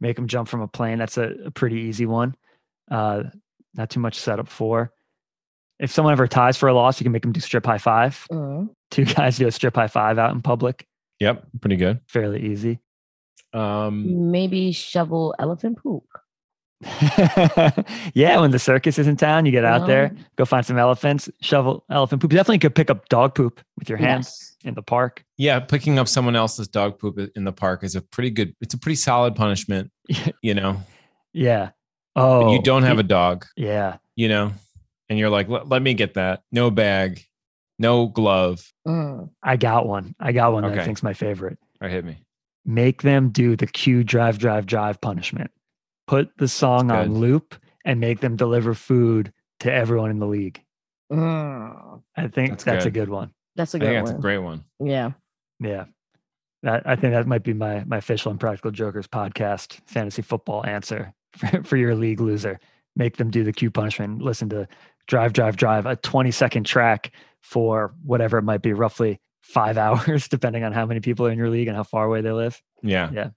Speaker 4: make them jump from a plane that's a, a pretty easy one uh not too much setup for if someone ever ties for a loss you can make them do strip high five
Speaker 3: Mm-hmm.
Speaker 4: two guys do a strip high five out in public
Speaker 3: Yep, pretty good.
Speaker 4: fairly easy
Speaker 5: Hmm.
Speaker 3: Um,
Speaker 5: Maybe shovel elephant poop.
Speaker 4: yeah, when the circus is in town, you get out
Speaker 3: Mm-hmm.
Speaker 4: there,
Speaker 5: Um,
Speaker 4: go find some elephants, shovel elephant poop. You definitely could pick up dog poop with your hands
Speaker 5: Yes.
Speaker 4: in the park.
Speaker 3: yeah, picking up someone else's dog poop i- in the park is a pretty good. It's a pretty solid punishment. You know,
Speaker 4: Yeah. Oh,
Speaker 3: you don't have a dog.
Speaker 4: Yeah.
Speaker 3: You know, and you're like, "Let- let me get that. No bag, no glove.
Speaker 5: Mm.
Speaker 4: I got one. I got one that I
Speaker 3: Okay.
Speaker 4: think's my favorite.
Speaker 3: All right, hit me.
Speaker 4: Make them do the cue drive, drive, drive punishment. Put the song
Speaker 3: That's
Speaker 4: on
Speaker 3: good.
Speaker 4: loop and make them deliver food to everyone in the league.
Speaker 5: Mm.
Speaker 4: I think that's,
Speaker 3: That's
Speaker 4: a
Speaker 3: good.
Speaker 4: good one.
Speaker 5: That's a
Speaker 3: I think
Speaker 5: good
Speaker 3: that's
Speaker 5: one.
Speaker 3: a great one.
Speaker 5: yeah.
Speaker 4: Yeah. That, I think that might be my my official and practical jokers podcast fantasy football answer for, for your league loser. Make them do the cue punishment. Listen to drive, drive, drive, a 20 second track for whatever it might be, roughly five hours, depending on how many people are in your league and how far away they live.
Speaker 3: Yeah,
Speaker 4: Yeah.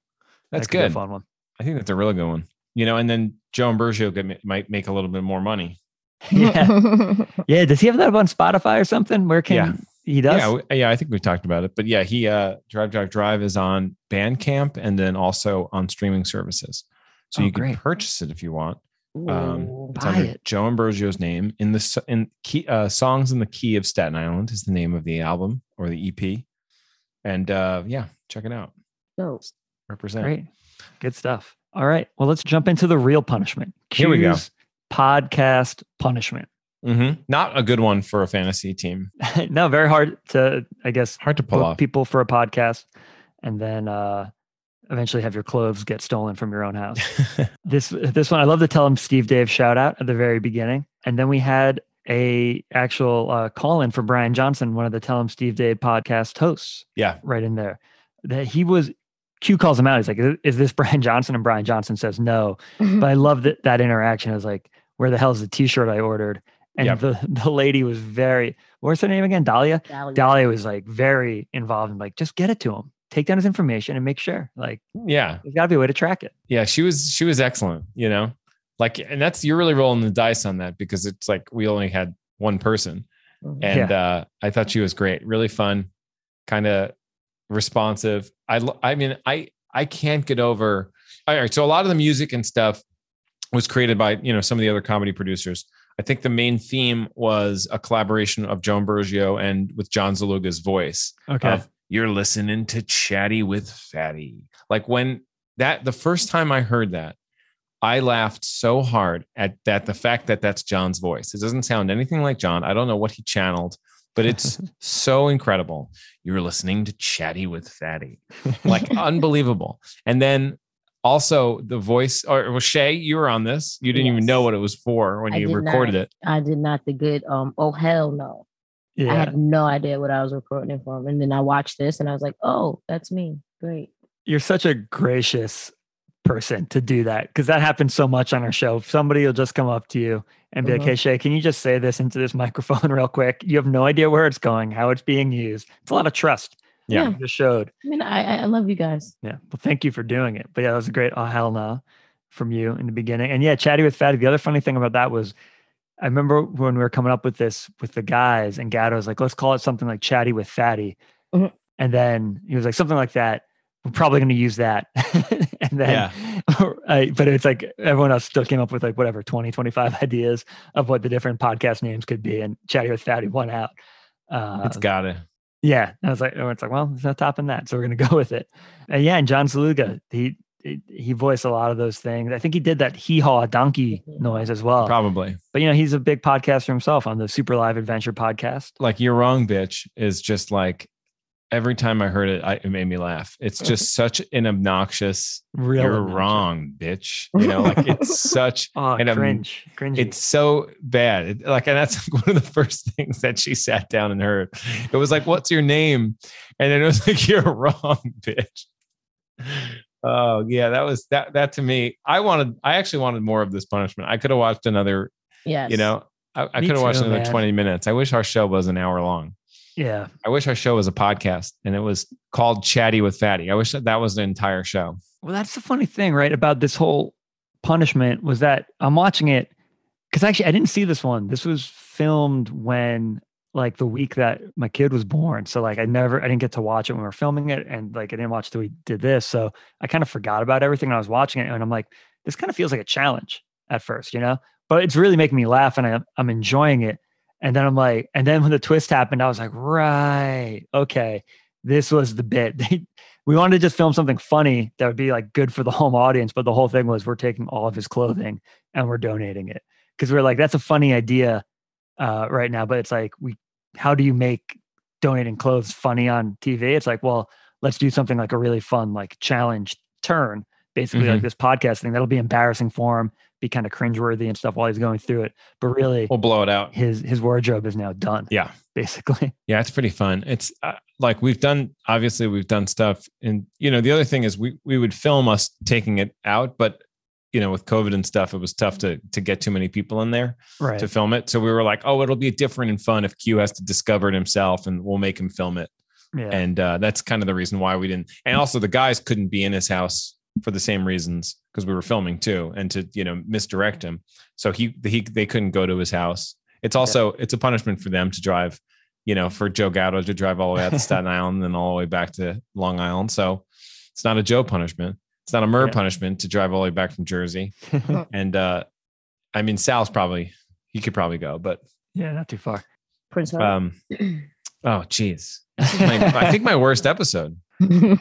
Speaker 3: that's
Speaker 4: That could be a
Speaker 3: good.
Speaker 4: fun one.
Speaker 3: I think that's a really good one. You know, and then Joe Ambrosio could, ma- might make a little bit more money.
Speaker 4: Yeah. yeah. Does he have that up on Spotify or something? Where can
Speaker 3: Yeah.
Speaker 4: he does?
Speaker 3: Yeah, w- yeah, I think we talked about it, but yeah, he uh, Drive Drive Drive is on Bandcamp and then also on streaming services. So
Speaker 4: Oh,
Speaker 3: you can
Speaker 4: great.
Speaker 3: purchase it if you want. Um,
Speaker 5: Ooh.
Speaker 3: it's
Speaker 4: buy
Speaker 3: under
Speaker 4: it.
Speaker 3: Joe Ambrosio's name in the s- in key, uh, songs in the key of Staten Island is the name of the album or the EP, and uh, yeah, check it out.
Speaker 5: Dope.
Speaker 3: Represent.
Speaker 4: Great. Good stuff. All right. Well, let's jump into the real punishment.
Speaker 3: Here we go.
Speaker 4: Cues, Podcast punishment.
Speaker 3: Mhm. Not a good one for a fantasy team.
Speaker 4: no, very hard to, I guess,
Speaker 3: Hard to pull
Speaker 4: book
Speaker 3: off.
Speaker 4: people for a podcast and then uh, eventually have your clothes get stolen from your own house. this this one, I love to tell them Steve Dave shout out at the very beginning. And then we had a actual uh, call in for Brian Johnson, one of the Tell Him Steve Dave podcast hosts.
Speaker 3: Yeah.
Speaker 4: Right in there. That he was, Q calls him out. He's like, "Is- is this Brian Johnson? And Brian Johnson says no but I love that that interaction. I was like, where the hell is the t-shirt I ordered? And
Speaker 3: Yeah.
Speaker 4: the the lady was very what's her name again? Dahlia?
Speaker 5: Dahlia.
Speaker 4: Dahlia was like very involved and like, just get it to him. Take down his information and make sure. Like
Speaker 3: yeah,
Speaker 4: there's gotta be a way to track it.
Speaker 3: yeah she was she was excellent you know like and that's you're really rolling the dice on that because it's like we only had one person
Speaker 5: Mhm.
Speaker 3: and uh i thought she was great really fun kind of responsive i lo- i mean i i can't get over all right so a lot of the music and stuff was created by you know some of the other comedy producers i think the main theme was a collaboration of joan bergio and with john zaluga's voice
Speaker 4: Okay.
Speaker 3: of you're listening to chatty with fatty like when that the first time i heard that i laughed so hard at that the fact that that's john's voice it doesn't sound anything like john i don't know what he channeled but it's so incredible you're listening to chatty with fatty like unbelievable and then also the voice or well, shay you were on this you didn't even
Speaker 5: Yes.
Speaker 3: know what it was for when
Speaker 5: I
Speaker 3: you
Speaker 5: did
Speaker 3: recorded
Speaker 5: not.
Speaker 3: it
Speaker 5: I did not the good. Um. Oh hell no! I
Speaker 4: yeah.
Speaker 5: had no idea what I was recording it from, and then I watched this, and I was like, oh, that's me. Great.
Speaker 4: You're such a gracious person to do that because that happens so much on our show. Somebody will just come up to you and be
Speaker 5: Mhm.
Speaker 4: like, Hey Shay, can you just say this into this microphone real quick? You have no idea where it's going, how it's being used. It's a lot of trust.
Speaker 3: Yeah.
Speaker 4: You just showed.
Speaker 5: I mean, I I- I love you guys.
Speaker 4: Yeah. Well, thank you for doing it. But yeah, that was a great oh hell no from you in the beginning. And yeah, chatty with Fatty. The other funny thing about that was I remember when we were coming up with this with the guys, and Gatto was like, let's call it something like chatty with fatty.
Speaker 5: Mhm.
Speaker 4: And then he was like, something like that. We're probably going to use that. and then, I, but it's like everyone else still came up with like whatever 20, 25 ideas of what the different podcast names could be. And chatty with fatty won out. Uh,
Speaker 3: it's got to.
Speaker 4: yeah. And I was like, everyone's like, well, there's no topping that. So we're going to go with it. And yeah. And John Saluga, he, he- he voiced a lot of those things. I think he did that hee haw donkey
Speaker 3: Mm-hmm.
Speaker 4: noise as well.
Speaker 3: Probably.
Speaker 4: But you know, he's a big podcaster himself on the Super Live Adventure podcast.
Speaker 3: Like, you're wrong, bitch, is just like every time I heard it, I, it made me laugh. It's just such an obnoxious,
Speaker 4: Real
Speaker 3: you're
Speaker 4: adventure.
Speaker 3: wrong, bitch. You know, like it's such
Speaker 4: Oh,
Speaker 3: And I'm-
Speaker 4: cringe, cringy.
Speaker 3: It's so bad. It- like, and that's like one of the first things that she sat down and heard. It was like, "What's your name?" And then it was like, "You're wrong, bitch." Oh yeah, that was that. That to me, I wanted. I actually wanted more of this punishment. I could have watched another.
Speaker 5: Yes.
Speaker 3: You know, I, I
Speaker 4: Me
Speaker 3: could have watched
Speaker 4: too,
Speaker 3: another
Speaker 4: man.
Speaker 3: twenty minutes. I wish our show was an hour long.
Speaker 4: yeah,
Speaker 3: I wish our show was a podcast and it was called Chatty with Fatty. I wish that that was the entire show.
Speaker 4: Well, that's the funny thing, right? About this whole punishment was that I'm watching it because actually I didn't see this one. This was filmed when like the week that my kid was born. So like I never I didn't get to watch it when we were filming it and like I didn't watch till we did this. So I kind of forgot about everything when I was watching it. And I'm like, this kind of feels like a challenge at first, you know? But it's really making me laugh and I, I'm enjoying it. And then I'm like, and then when the twist happened, I was like, right, okay, this was the bit. They we wanted to just film something funny that would be like good for the home audience, but the whole thing was we're taking all of his clothing and we're donating it because we're like that's a funny idea uh, right now, but it's like we how do you make donating clothes funny on TV? It's like well let's do something like a really fun like challenge turn basically like this podcast thing that'll be embarrassing for him, be kind of cringeworthy and stuff while he's going through it, but really
Speaker 3: We'll blow it out.
Speaker 4: his his wardrobe is now done
Speaker 3: Yeah.
Speaker 4: basically.
Speaker 3: Yeah, it's pretty fun. It's uh, like we've done. Obviously, we've done stuff, and you know, the other thing is we we would film us taking it out, but you know, with COVID and stuff, it was tough to to get too many people in there
Speaker 4: Right.
Speaker 3: to film it. So we were like, oh, it'll be different and fun if Q has to discover it himself, and we'll make him film it.
Speaker 4: yeah.
Speaker 3: And uh, that's kind of the reason why we didn't. And also, the guys couldn't be in his house for the same reasons because we were filming too, and to you know misdirect him. So he he they couldn't go to his house. It's also it's a punishment for them to drive, you know, for Joe Gatto to drive all the way out to Staten Island and then all the way back to Long Island. So it's not a Joe punishment. It's not a Murr
Speaker 4: Yeah.
Speaker 3: punishment to drive all the way back from Jersey. and uh I mean, Sal's probably he could probably go, but
Speaker 4: yeah, not too far.
Speaker 5: Prince
Speaker 4: uh,
Speaker 5: Harry.
Speaker 3: um, oh jeez, This is my- I think my worst episode.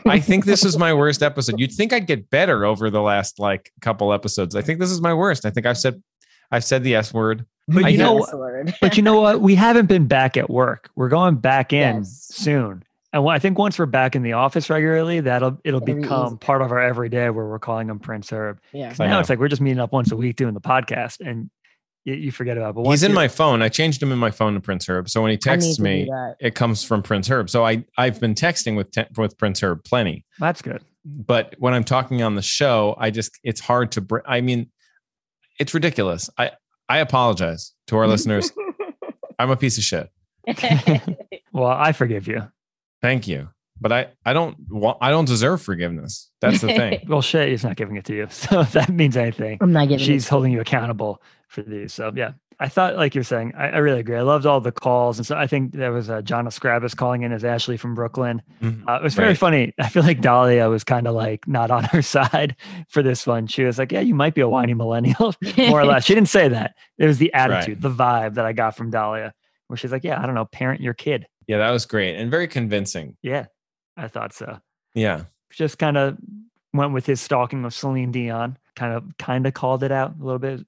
Speaker 3: I think this is my worst episode. You'd think I'd get better over the last like couple episodes. I think this is my worst. I think I've said I've said the S word.
Speaker 4: But
Speaker 3: I
Speaker 4: you know,
Speaker 3: know.
Speaker 4: what- but you know what? We haven't been back at work. We're going back in
Speaker 5: Yes.
Speaker 4: soon. And wh- I think once we're back in the office regularly, that'll it'll
Speaker 5: It'll be
Speaker 4: become
Speaker 5: easy.
Speaker 4: part of our everyday where we're calling him Prince Herb.
Speaker 5: yeah.
Speaker 4: 'Cause
Speaker 3: I
Speaker 4: now
Speaker 3: know.
Speaker 4: it's like we're just meeting up once a week doing the podcast, and you, you forget about. it. But once
Speaker 3: He's in
Speaker 4: you-
Speaker 3: my phone. I changed him in my phone to Prince Herb. So when he
Speaker 5: I need
Speaker 3: texts
Speaker 5: to do
Speaker 3: me,
Speaker 5: that.
Speaker 3: it comes from Prince Herb. So I I've been texting with te- with Prince Herb plenty.
Speaker 4: That's good.
Speaker 3: But when I'm talking on the show, I just it's hard to. Br- I mean, it's ridiculous. I I apologize to our listeners. I'm a piece of shit.
Speaker 4: Well, I forgive you.
Speaker 3: Thank you. But I, I don't want I don't deserve forgiveness. That's the thing.
Speaker 4: Well, Shay is not giving it to you, so if that means anything.
Speaker 5: I'm not giving.
Speaker 4: she's
Speaker 5: it.
Speaker 4: holding you accountable for these. So yeah, I thought like you're saying, I, I really agree. I loved all the calls, and so I think there was uh, John Scrabbis calling in as Ashley from Brooklyn.
Speaker 3: Mhm.
Speaker 4: Uh, it was very
Speaker 3: Right.
Speaker 4: funny. I feel like Dahlia was kind of like not on her side for this one. She was like, "Yeah, you might be a whiny millennial, more or less." She didn't say that. It was the attitude, the vibe that I got from Dahlia, where she's like, "Yeah, I don't know, parent your kid."
Speaker 3: Yeah, that was great and very convincing.
Speaker 4: Yeah, I thought so.
Speaker 3: Yeah.
Speaker 4: Just kind of went with his stalking of Celine Dion. Kind of, kind of called it out a little bit,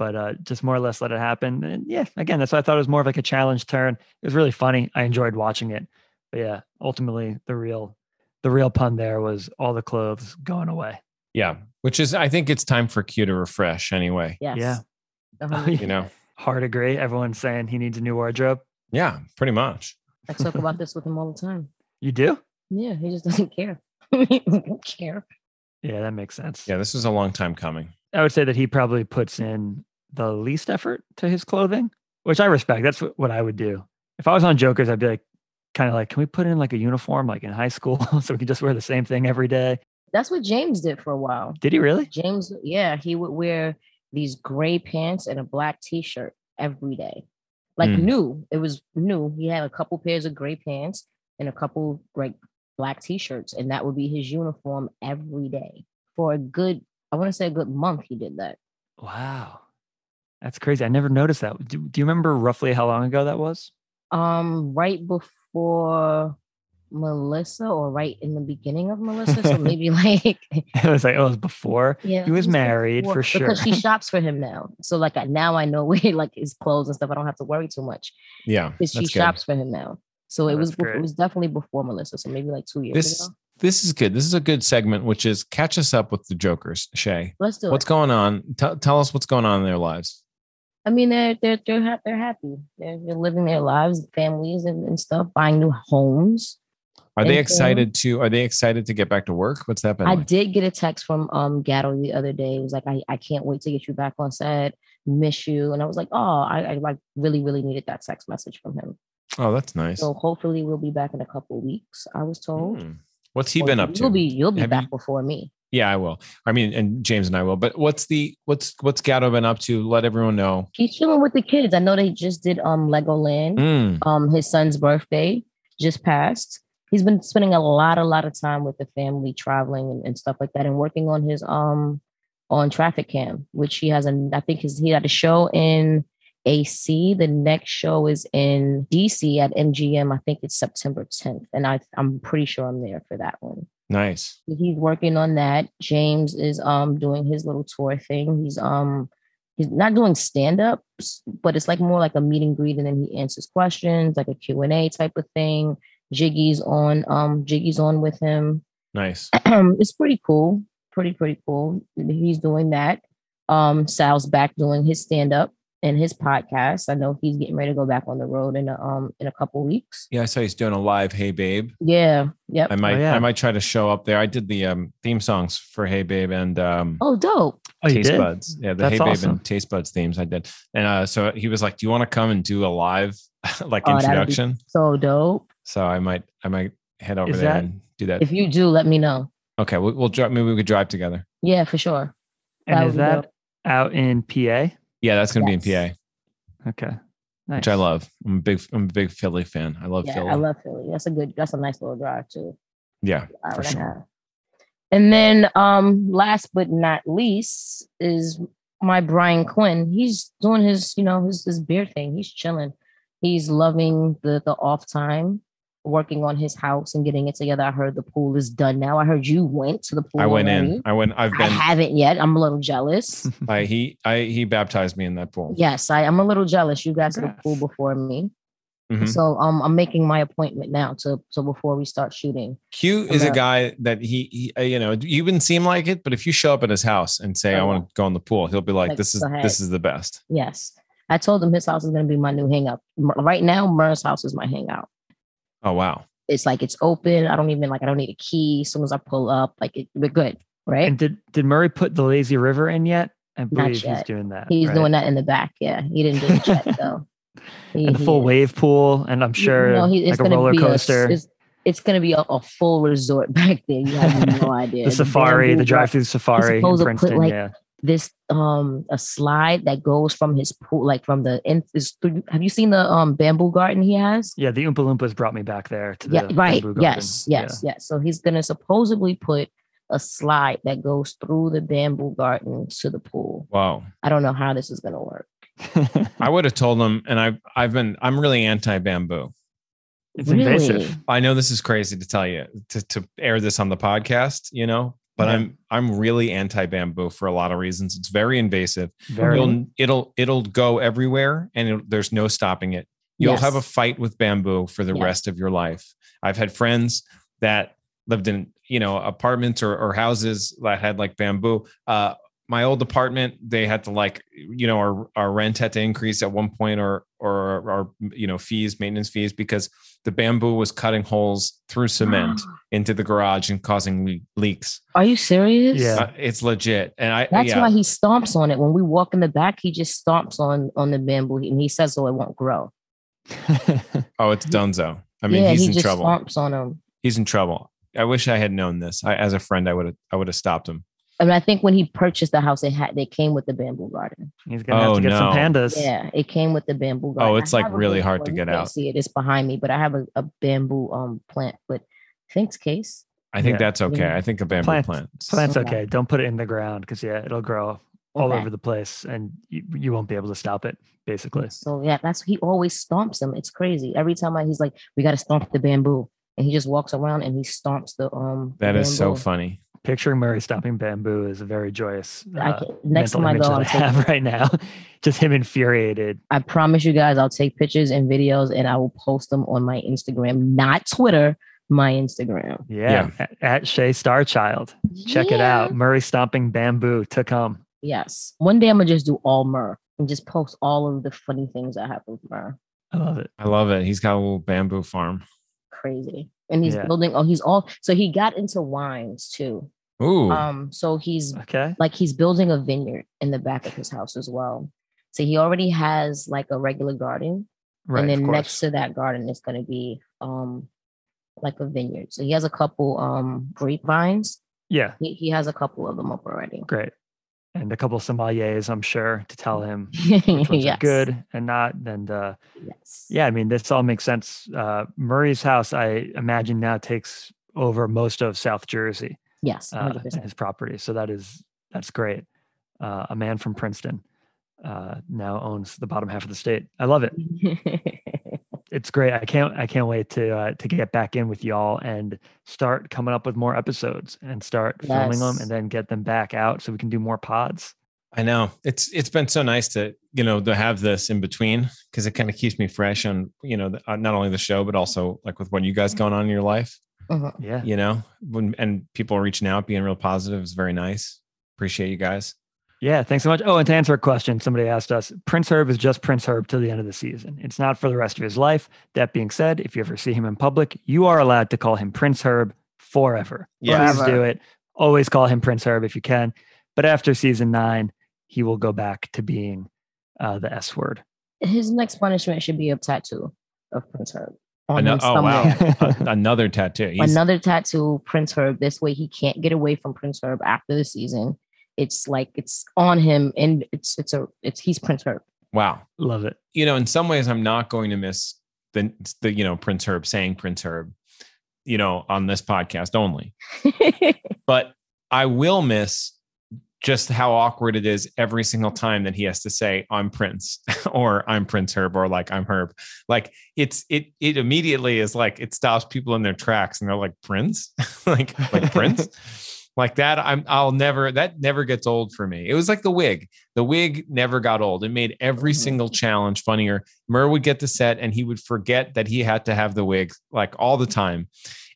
Speaker 4: but uh, just more or less let it happen. And yeah, again, that's why I thought it was more of like a challenge turn. It was really funny. I enjoyed watching it. But yeah, ultimately the real, the real pun there was all the clothes going away.
Speaker 3: Yeah. Which is I think it's time for Q to refresh anyway.
Speaker 5: Yes.
Speaker 4: Yeah.
Speaker 5: A
Speaker 4: Oh,
Speaker 5: hundred
Speaker 4: yeah.
Speaker 3: You know?
Speaker 5: percent.
Speaker 4: Hard agree. Everyone's saying he needs a new wardrobe.
Speaker 3: Yeah, pretty much.
Speaker 5: I talk about this with him all the time.
Speaker 4: You do?
Speaker 5: Yeah, he just doesn't care. he doesn't care.
Speaker 4: Yeah, that makes sense.
Speaker 3: Yeah, this was a long time coming.
Speaker 4: I would say that he probably puts in the least effort to his clothing, which I respect. That's wh- what I would do. If I was on Jokers, I'd be like, kind of like, can we put in like a uniform like in high school so we can just wear the same thing every day?
Speaker 5: That's what James did for a while.
Speaker 4: Did he really?
Speaker 5: James, yeah, he would wear these gray pants and a black t-shirt every day. Like
Speaker 3: Hmm.
Speaker 5: new. It was new. He had a couple pairs of gray pants and a couple like black t-shirts. And that would be his uniform every day for a good, I want to say a good month he did that.
Speaker 4: Wow. That's crazy. I never noticed that. Do, do you remember roughly how long ago that was?
Speaker 5: Um, right before Melissa or right in the beginning of Melissa. So maybe like
Speaker 4: It was like, oh, it was before.
Speaker 5: Yeah,
Speaker 4: He was
Speaker 5: he's
Speaker 4: married for
Speaker 5: before- Because she
Speaker 4: sure.
Speaker 5: shops for him now. So like I, now I know where like his clothes and stuff. I don't have to worry too much
Speaker 3: Yeah,
Speaker 5: because she
Speaker 3: that's good.
Speaker 5: shops for him now. So it
Speaker 4: Oh,
Speaker 5: was
Speaker 4: that's
Speaker 5: bef-
Speaker 4: great.
Speaker 5: it was definitely before Melissa. So maybe like two years
Speaker 3: This
Speaker 5: ago.
Speaker 3: this is good. This is a good segment, which is catch us up with the jokers, Shay.
Speaker 5: Let's do
Speaker 3: What's
Speaker 5: it.
Speaker 3: going on? Tell tell us what's going on in their lives.
Speaker 5: I mean, they're they're they're, ha- they're happy. They're, they're living their lives, families, and, and stuff. Buying new homes.
Speaker 3: Are they
Speaker 5: Anything?
Speaker 3: excited to? Are they excited to get back to work? What's that been?
Speaker 5: I
Speaker 3: like?
Speaker 5: did get a text from um Gatto the other day. It was like, I, I can't wait to get you back on set. Miss you. And I was like, oh, I, I like really really needed that text message from him.
Speaker 3: Oh, that's nice.
Speaker 5: So hopefully we'll be back in a couple of weeks. I was told.
Speaker 3: Hmm. What's he
Speaker 5: Well,
Speaker 3: been up to?
Speaker 5: You'll be you'll be
Speaker 3: Have
Speaker 5: back
Speaker 3: you-
Speaker 5: before me.
Speaker 3: yeah, I will. I mean, and James and I will. But what's the what's what's Gatto been up to? Let everyone know.
Speaker 5: He's chilling with the kids. I know they just did um Legoland.
Speaker 3: Mm.
Speaker 5: Um, his son's birthday just passed. He's been spending a lot, a lot of time with the family, traveling and, and stuff like that, and working on his um on traffic cam, which he has. An, I think his, he had a show in AC. The next show is in DC at MGM. I think it's September 10th, and I I'm pretty sure I'm there for that one.
Speaker 3: Nice.
Speaker 5: he's working on that. James is um doing his little tour thing. He's um he's not doing stand-ups, but it's like more like a meet and greet, and then he answers questions, like a Q&A type of thing. Jiggy's on, um, Jiggy's on with him.
Speaker 3: Nice.
Speaker 5: it's pretty cool. Pretty, pretty cool. He's doing that. Um, Sal's back doing his stand-up and his podcast. I know he's getting ready to go back on the road in a um in a couple weeks.
Speaker 3: Yeah, I saw he's doing a live Hey Babe.
Speaker 5: Yeah. Yep.
Speaker 3: I might
Speaker 4: yeah.
Speaker 3: I might try to show up there. I did the um, theme songs for Hey Babe and um
Speaker 5: Oh, dope.
Speaker 4: Oh, you
Speaker 3: Taste
Speaker 4: did?
Speaker 3: Buds. Yeah, the
Speaker 4: That's
Speaker 3: Hey Babe
Speaker 4: awesome.
Speaker 3: and Taste Buds themes I did. And uh so he was like, "Do you want to come and do a live like
Speaker 5: Oh, that'd be-
Speaker 3: introduction?"
Speaker 5: So dope.
Speaker 3: So I might I might head over
Speaker 4: Is
Speaker 3: there
Speaker 4: that-
Speaker 3: and do that.
Speaker 5: If you do, let me know.
Speaker 3: okay, we'll, we'll drive maybe we could drive together.
Speaker 5: Yeah, for sure.
Speaker 4: And is
Speaker 5: would be
Speaker 4: that
Speaker 5: dope.
Speaker 4: out in PA?
Speaker 3: Yeah, that's going to be in
Speaker 5: Yes.
Speaker 3: PA,
Speaker 4: Okay. Nice.
Speaker 3: which I love. I'm a big I'm a big Philly fan. I love
Speaker 5: yeah,
Speaker 3: Philly.
Speaker 5: I love Philly. That's a good. That's a nice little drive too.
Speaker 3: yeah.
Speaker 5: hour
Speaker 3: For
Speaker 5: and a
Speaker 3: sure.
Speaker 5: half. And then, um, last but not least, is my Brian Quinn. He's doing his, you know, his his beer thing. He's chilling. He's loving the the off time, working on his house and getting it together. I heard the pool is done now. I heard you went to the pool.
Speaker 3: I went in.
Speaker 5: already.
Speaker 3: I went I've
Speaker 5: I
Speaker 3: been
Speaker 5: haven't yet. I'm a little jealous.
Speaker 3: I he I he baptized me in that pool.
Speaker 5: yes, I, I'm a little jealous. You got to the pool
Speaker 4: Congrats.
Speaker 5: before me.
Speaker 3: Mhm.
Speaker 4: Mm-hmm.
Speaker 5: So um, I'm making my appointment now to so before we start shooting.
Speaker 3: Q is a
Speaker 5: Ameri-
Speaker 3: guy that he, he uh, you know, you wouldn't seem like it, but if you show up at his house and say, "I
Speaker 5: Oh, yeah.
Speaker 3: want to go in the pool," he'll be like,
Speaker 5: Like,
Speaker 3: "This is
Speaker 5: go ahead.
Speaker 3: this is the best."
Speaker 5: Yes, I told him his house is gonna be my new hangout. M- Right now, Murr's house is my hangout.
Speaker 3: Oh wow,
Speaker 5: It's like it's open. I don't even like I don't need a key. As soon as I pull up, like it, we're good, right?
Speaker 4: and did, did Murray put the lazy river in yet? I believe he's
Speaker 5: yet.
Speaker 4: doing that.
Speaker 5: He's
Speaker 4: right?
Speaker 5: doing that in the back. Yeah, he didn't do the check though. He-
Speaker 4: And the full
Speaker 5: he-
Speaker 4: wave pool, and I'm
Speaker 5: he-
Speaker 4: sure
Speaker 5: Mm-hmm. no, he-
Speaker 4: like a roller
Speaker 5: be a s-
Speaker 4: coaster,
Speaker 5: it's, it's gonna be a, a full resort back there. You have no idea.
Speaker 4: the safari, the
Speaker 5: bamboo walk-
Speaker 4: drive-through safari in
Speaker 5: supposed to put,
Speaker 4: Princeton.
Speaker 5: like,
Speaker 4: yeah,
Speaker 5: this um a slide that goes from his pool, like from the in is through, have you seen the um bamboo garden he has?
Speaker 4: yeah. The Oompa Loompas brought me back there to the
Speaker 5: Yeah, right.
Speaker 4: bamboo garden.
Speaker 5: Yes,
Speaker 4: Yeah.
Speaker 5: yes, yes. So he's gonna supposedly put a slide that goes through the bamboo garden to the pool.
Speaker 3: wow!
Speaker 5: I don't know how this is gonna work.
Speaker 3: I would have told him, and I've I've been I'm really anti bamboo.
Speaker 4: it's invasive.
Speaker 3: I know this is crazy to tell you to to air this on the podcast, you know, but
Speaker 4: Yeah.
Speaker 3: I'm I'm really anti bamboo for a lot of reasons. It's very invasive.
Speaker 4: Very.
Speaker 3: You'll, it'll it'll go everywhere, and it, there's no stopping it. You'll have a
Speaker 5: Yes.
Speaker 3: fight with bamboo for the
Speaker 5: Yes.
Speaker 3: rest of your life. I've had friends that lived in you know apartments or, or houses that had like bamboo. Uh, my old apartment, they had to like you know our our rent had to increase at one point or or our you know fees maintenance fees because the bamboo was cutting holes through cement into the garage and causing le- leaks.
Speaker 5: Are you serious?
Speaker 4: Yeah.
Speaker 3: Uh, it's legit, and I
Speaker 5: That's
Speaker 3: yeah.
Speaker 5: why he stomps on it. When we walk in the back, he just stomps on on the bamboo and he says so it won't grow.
Speaker 3: oh, it's Dunzo. I mean,
Speaker 5: yeah,
Speaker 3: he's
Speaker 5: he
Speaker 3: in
Speaker 5: just
Speaker 3: trouble.
Speaker 5: stomps on him.
Speaker 3: he's in trouble. I wish I had known this. I, as a friend, I would have, I would have stopped him.
Speaker 5: and I think when he purchased the house, it had they came with the bamboo garden.
Speaker 4: He's gonna have
Speaker 3: Oh,
Speaker 4: to get some
Speaker 3: no.
Speaker 4: pandas.
Speaker 5: Yeah, it came with the bamboo garden.
Speaker 3: Oh, it's,
Speaker 5: I
Speaker 3: like,
Speaker 5: have a
Speaker 3: really
Speaker 5: bamboo
Speaker 3: hard to
Speaker 5: one.
Speaker 3: get
Speaker 5: you can't
Speaker 3: out.
Speaker 5: See it? It's behind me, but I have a, a bamboo um plant. But thanks, Case.
Speaker 3: I think
Speaker 4: Yeah.
Speaker 3: that's okay.
Speaker 5: Yeah.
Speaker 3: I think a bamboo
Speaker 4: Plant-
Speaker 3: plant.
Speaker 4: Plant's
Speaker 5: Okay.
Speaker 4: okay. Don't put it in the ground because yeah, it'll grow all
Speaker 5: Okay.
Speaker 4: over the place, and you, you won't be able to stop it. Basically,
Speaker 5: So yeah, that's he always stomps them. It's crazy. Every time I, he's like, "We got to stomp the bamboo," and he just walks around and he stomps the um.
Speaker 3: That is so
Speaker 5: bamboo.
Speaker 3: funny.
Speaker 4: picturing Murray stopping bamboo is a very joyous
Speaker 5: I
Speaker 4: uh,
Speaker 5: can, next
Speaker 4: mental
Speaker 5: time I
Speaker 4: image
Speaker 5: go,
Speaker 4: that
Speaker 5: I'm
Speaker 4: I
Speaker 5: taking-
Speaker 4: have right now. Just him infuriated.
Speaker 5: I promise you guys, I'll take pictures and videos and I will post them on my Instagram, not Twitter, my Instagram.
Speaker 4: Yeah, a- at Shea Starchild. Check it out.
Speaker 5: Yeah.
Speaker 4: Murray stomping bamboo to come.
Speaker 5: Yes. One day I'm going to just do all Myrrh and just post all of the funny things that happen with Myrrh.
Speaker 4: I love it.
Speaker 3: I love it. He's got a little bamboo farm.
Speaker 5: Crazy. And he's
Speaker 4: Yeah.
Speaker 5: building, oh, he's all, so he got into wines too.
Speaker 3: Ooh.
Speaker 5: Um, So he's
Speaker 4: Okay.
Speaker 5: like he's building a vineyard in the back of his house as well. So he already has like a regular garden,
Speaker 4: Right.
Speaker 5: and
Speaker 4: of
Speaker 5: then
Speaker 4: course.
Speaker 5: next to that garden is going to be um like a vineyard. So he has a couple um grapevines.
Speaker 4: yeah.
Speaker 5: He, he has a couple of them up already.
Speaker 4: Great. And a couple sommeliers, I'm sure, to tell him which ones
Speaker 5: yes.
Speaker 4: are good and not. And uh,
Speaker 5: Yes.
Speaker 4: yeah, I mean, this all makes sense. Uh, Murray's house, I imagine, now takes over most of South Jersey.
Speaker 5: Yes.
Speaker 4: uh,
Speaker 5: 100%.
Speaker 4: his property. So that is that's great. Uh, a man from Princeton uh, now owns the bottom half of the state. I love it. It's great. I can't I can't wait to uh, to get back in with y'all and start coming up with more episodes and start filming them
Speaker 5: Yes.
Speaker 4: and then get them back out so we can do more pods.
Speaker 3: I know. It's it's been so nice to, you know, to have this in between because it kind of keeps me fresh on, you know, the, uh, not only the show but also like with what you guys going on in your life,
Speaker 5: Mhm.
Speaker 4: Yeah.
Speaker 3: you know. When and people are reaching out being real positive is very nice. Appreciate you guys.
Speaker 4: Yeah, thanks so much. Oh, and to answer a question somebody asked us, Prince Herb is just Prince Herb till the end of the season. It's not for the rest of his life. That being said, if you ever see him in public, you are allowed to call him Prince Herb forever.
Speaker 3: Yes.
Speaker 4: Please do it. Always call him Prince Herb if you can. But after season nine, he will go back to being uh, the S word.
Speaker 5: His next punishment should be a tattoo of Prince Herb. On
Speaker 3: Ano-
Speaker 5: him
Speaker 3: oh wow.
Speaker 5: somewhere.
Speaker 3: A- another tattoo. He's-
Speaker 5: Another tattoo, Prince Herb. This way he can't get away from Prince Herb after the season. It's like it's on him and it's it's a it's he's Prince Herb.
Speaker 3: wow.
Speaker 4: Love it.
Speaker 3: you know, in some ways, I'm not going to miss the the you know Prince Herb saying Prince Herb, you know, on this podcast only. But I will miss just how awkward it is every single time that he has to say I'm Prince or I'm Prince Herb or like I'm Herb. Like it's it it immediately is like it stops people in their tracks and they're like Prince, like like Prince. Like that, I'm. I'll never. That never gets old for me. It was like the wig. The wig never got old. It made every
Speaker 5: Mhm.
Speaker 4: Mm-hmm.
Speaker 3: single challenge funnier. Murr would get the set, and he would forget that he had to have the wig like all the time.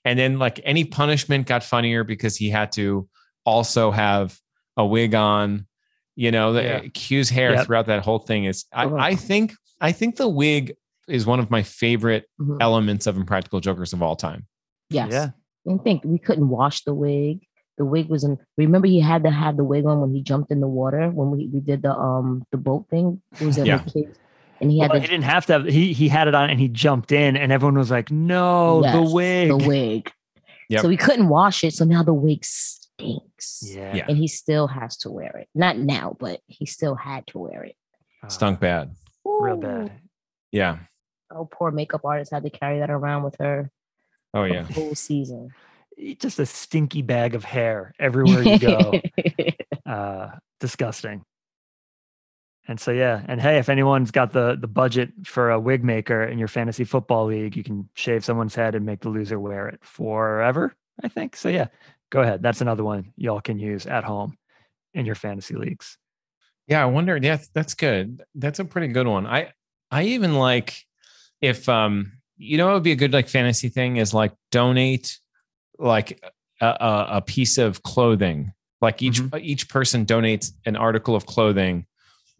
Speaker 3: And then like any punishment got funnier because he had to also have a wig on. You know, the,
Speaker 4: Yeah.
Speaker 3: Q's hair
Speaker 4: Yep.
Speaker 3: throughout that whole thing is. I,
Speaker 5: Ugh.
Speaker 3: I think. I think the wig is one of my favorite
Speaker 5: Mhm.
Speaker 3: elements of Impractical Jokers of all time.
Speaker 5: Yes.
Speaker 4: Yeah.
Speaker 5: And think we couldn't wash the wig. The wig was in. Remember, he had to have the wig on when he jumped in the water when we, we did the um the boat thing. It was at
Speaker 3: Yeah.
Speaker 5: the kids, and he had
Speaker 4: Well, he
Speaker 5: the,
Speaker 4: didn't have to have, he, he had it on and he jumped in and everyone was like, no,
Speaker 5: Yes,
Speaker 4: Oh, the wig.
Speaker 5: the wig.
Speaker 3: Yep.
Speaker 5: So he couldn't wash it. So now the wig stinks.
Speaker 4: Yeah.
Speaker 3: Yeah.
Speaker 5: And he still has to wear it. Not now, but he still had to wear it.
Speaker 4: Oh,
Speaker 3: Stunk bad.
Speaker 4: Real
Speaker 5: Ooh.
Speaker 4: bad.
Speaker 3: Yeah.
Speaker 5: Oh, poor makeup artist had to carry that around with her
Speaker 3: Oh yeah.
Speaker 5: the whole season.
Speaker 4: E, Just a stinky bag of hair everywhere you go. uh disgusting and so yeah and hey if anyone's got the the budget for a wig maker in your fantasy football league you can shave someone's head and make the loser wear it forever i think so yeah go ahead that's another one y'all can use at home in your fantasy leagues
Speaker 3: Yeah, I wonder. Yeah, that's good. That's a pretty good one. I I even like if um you know it would be a good like fantasy thing is like donate like a, a, a piece of clothing. Like each each person donates an article of clothing.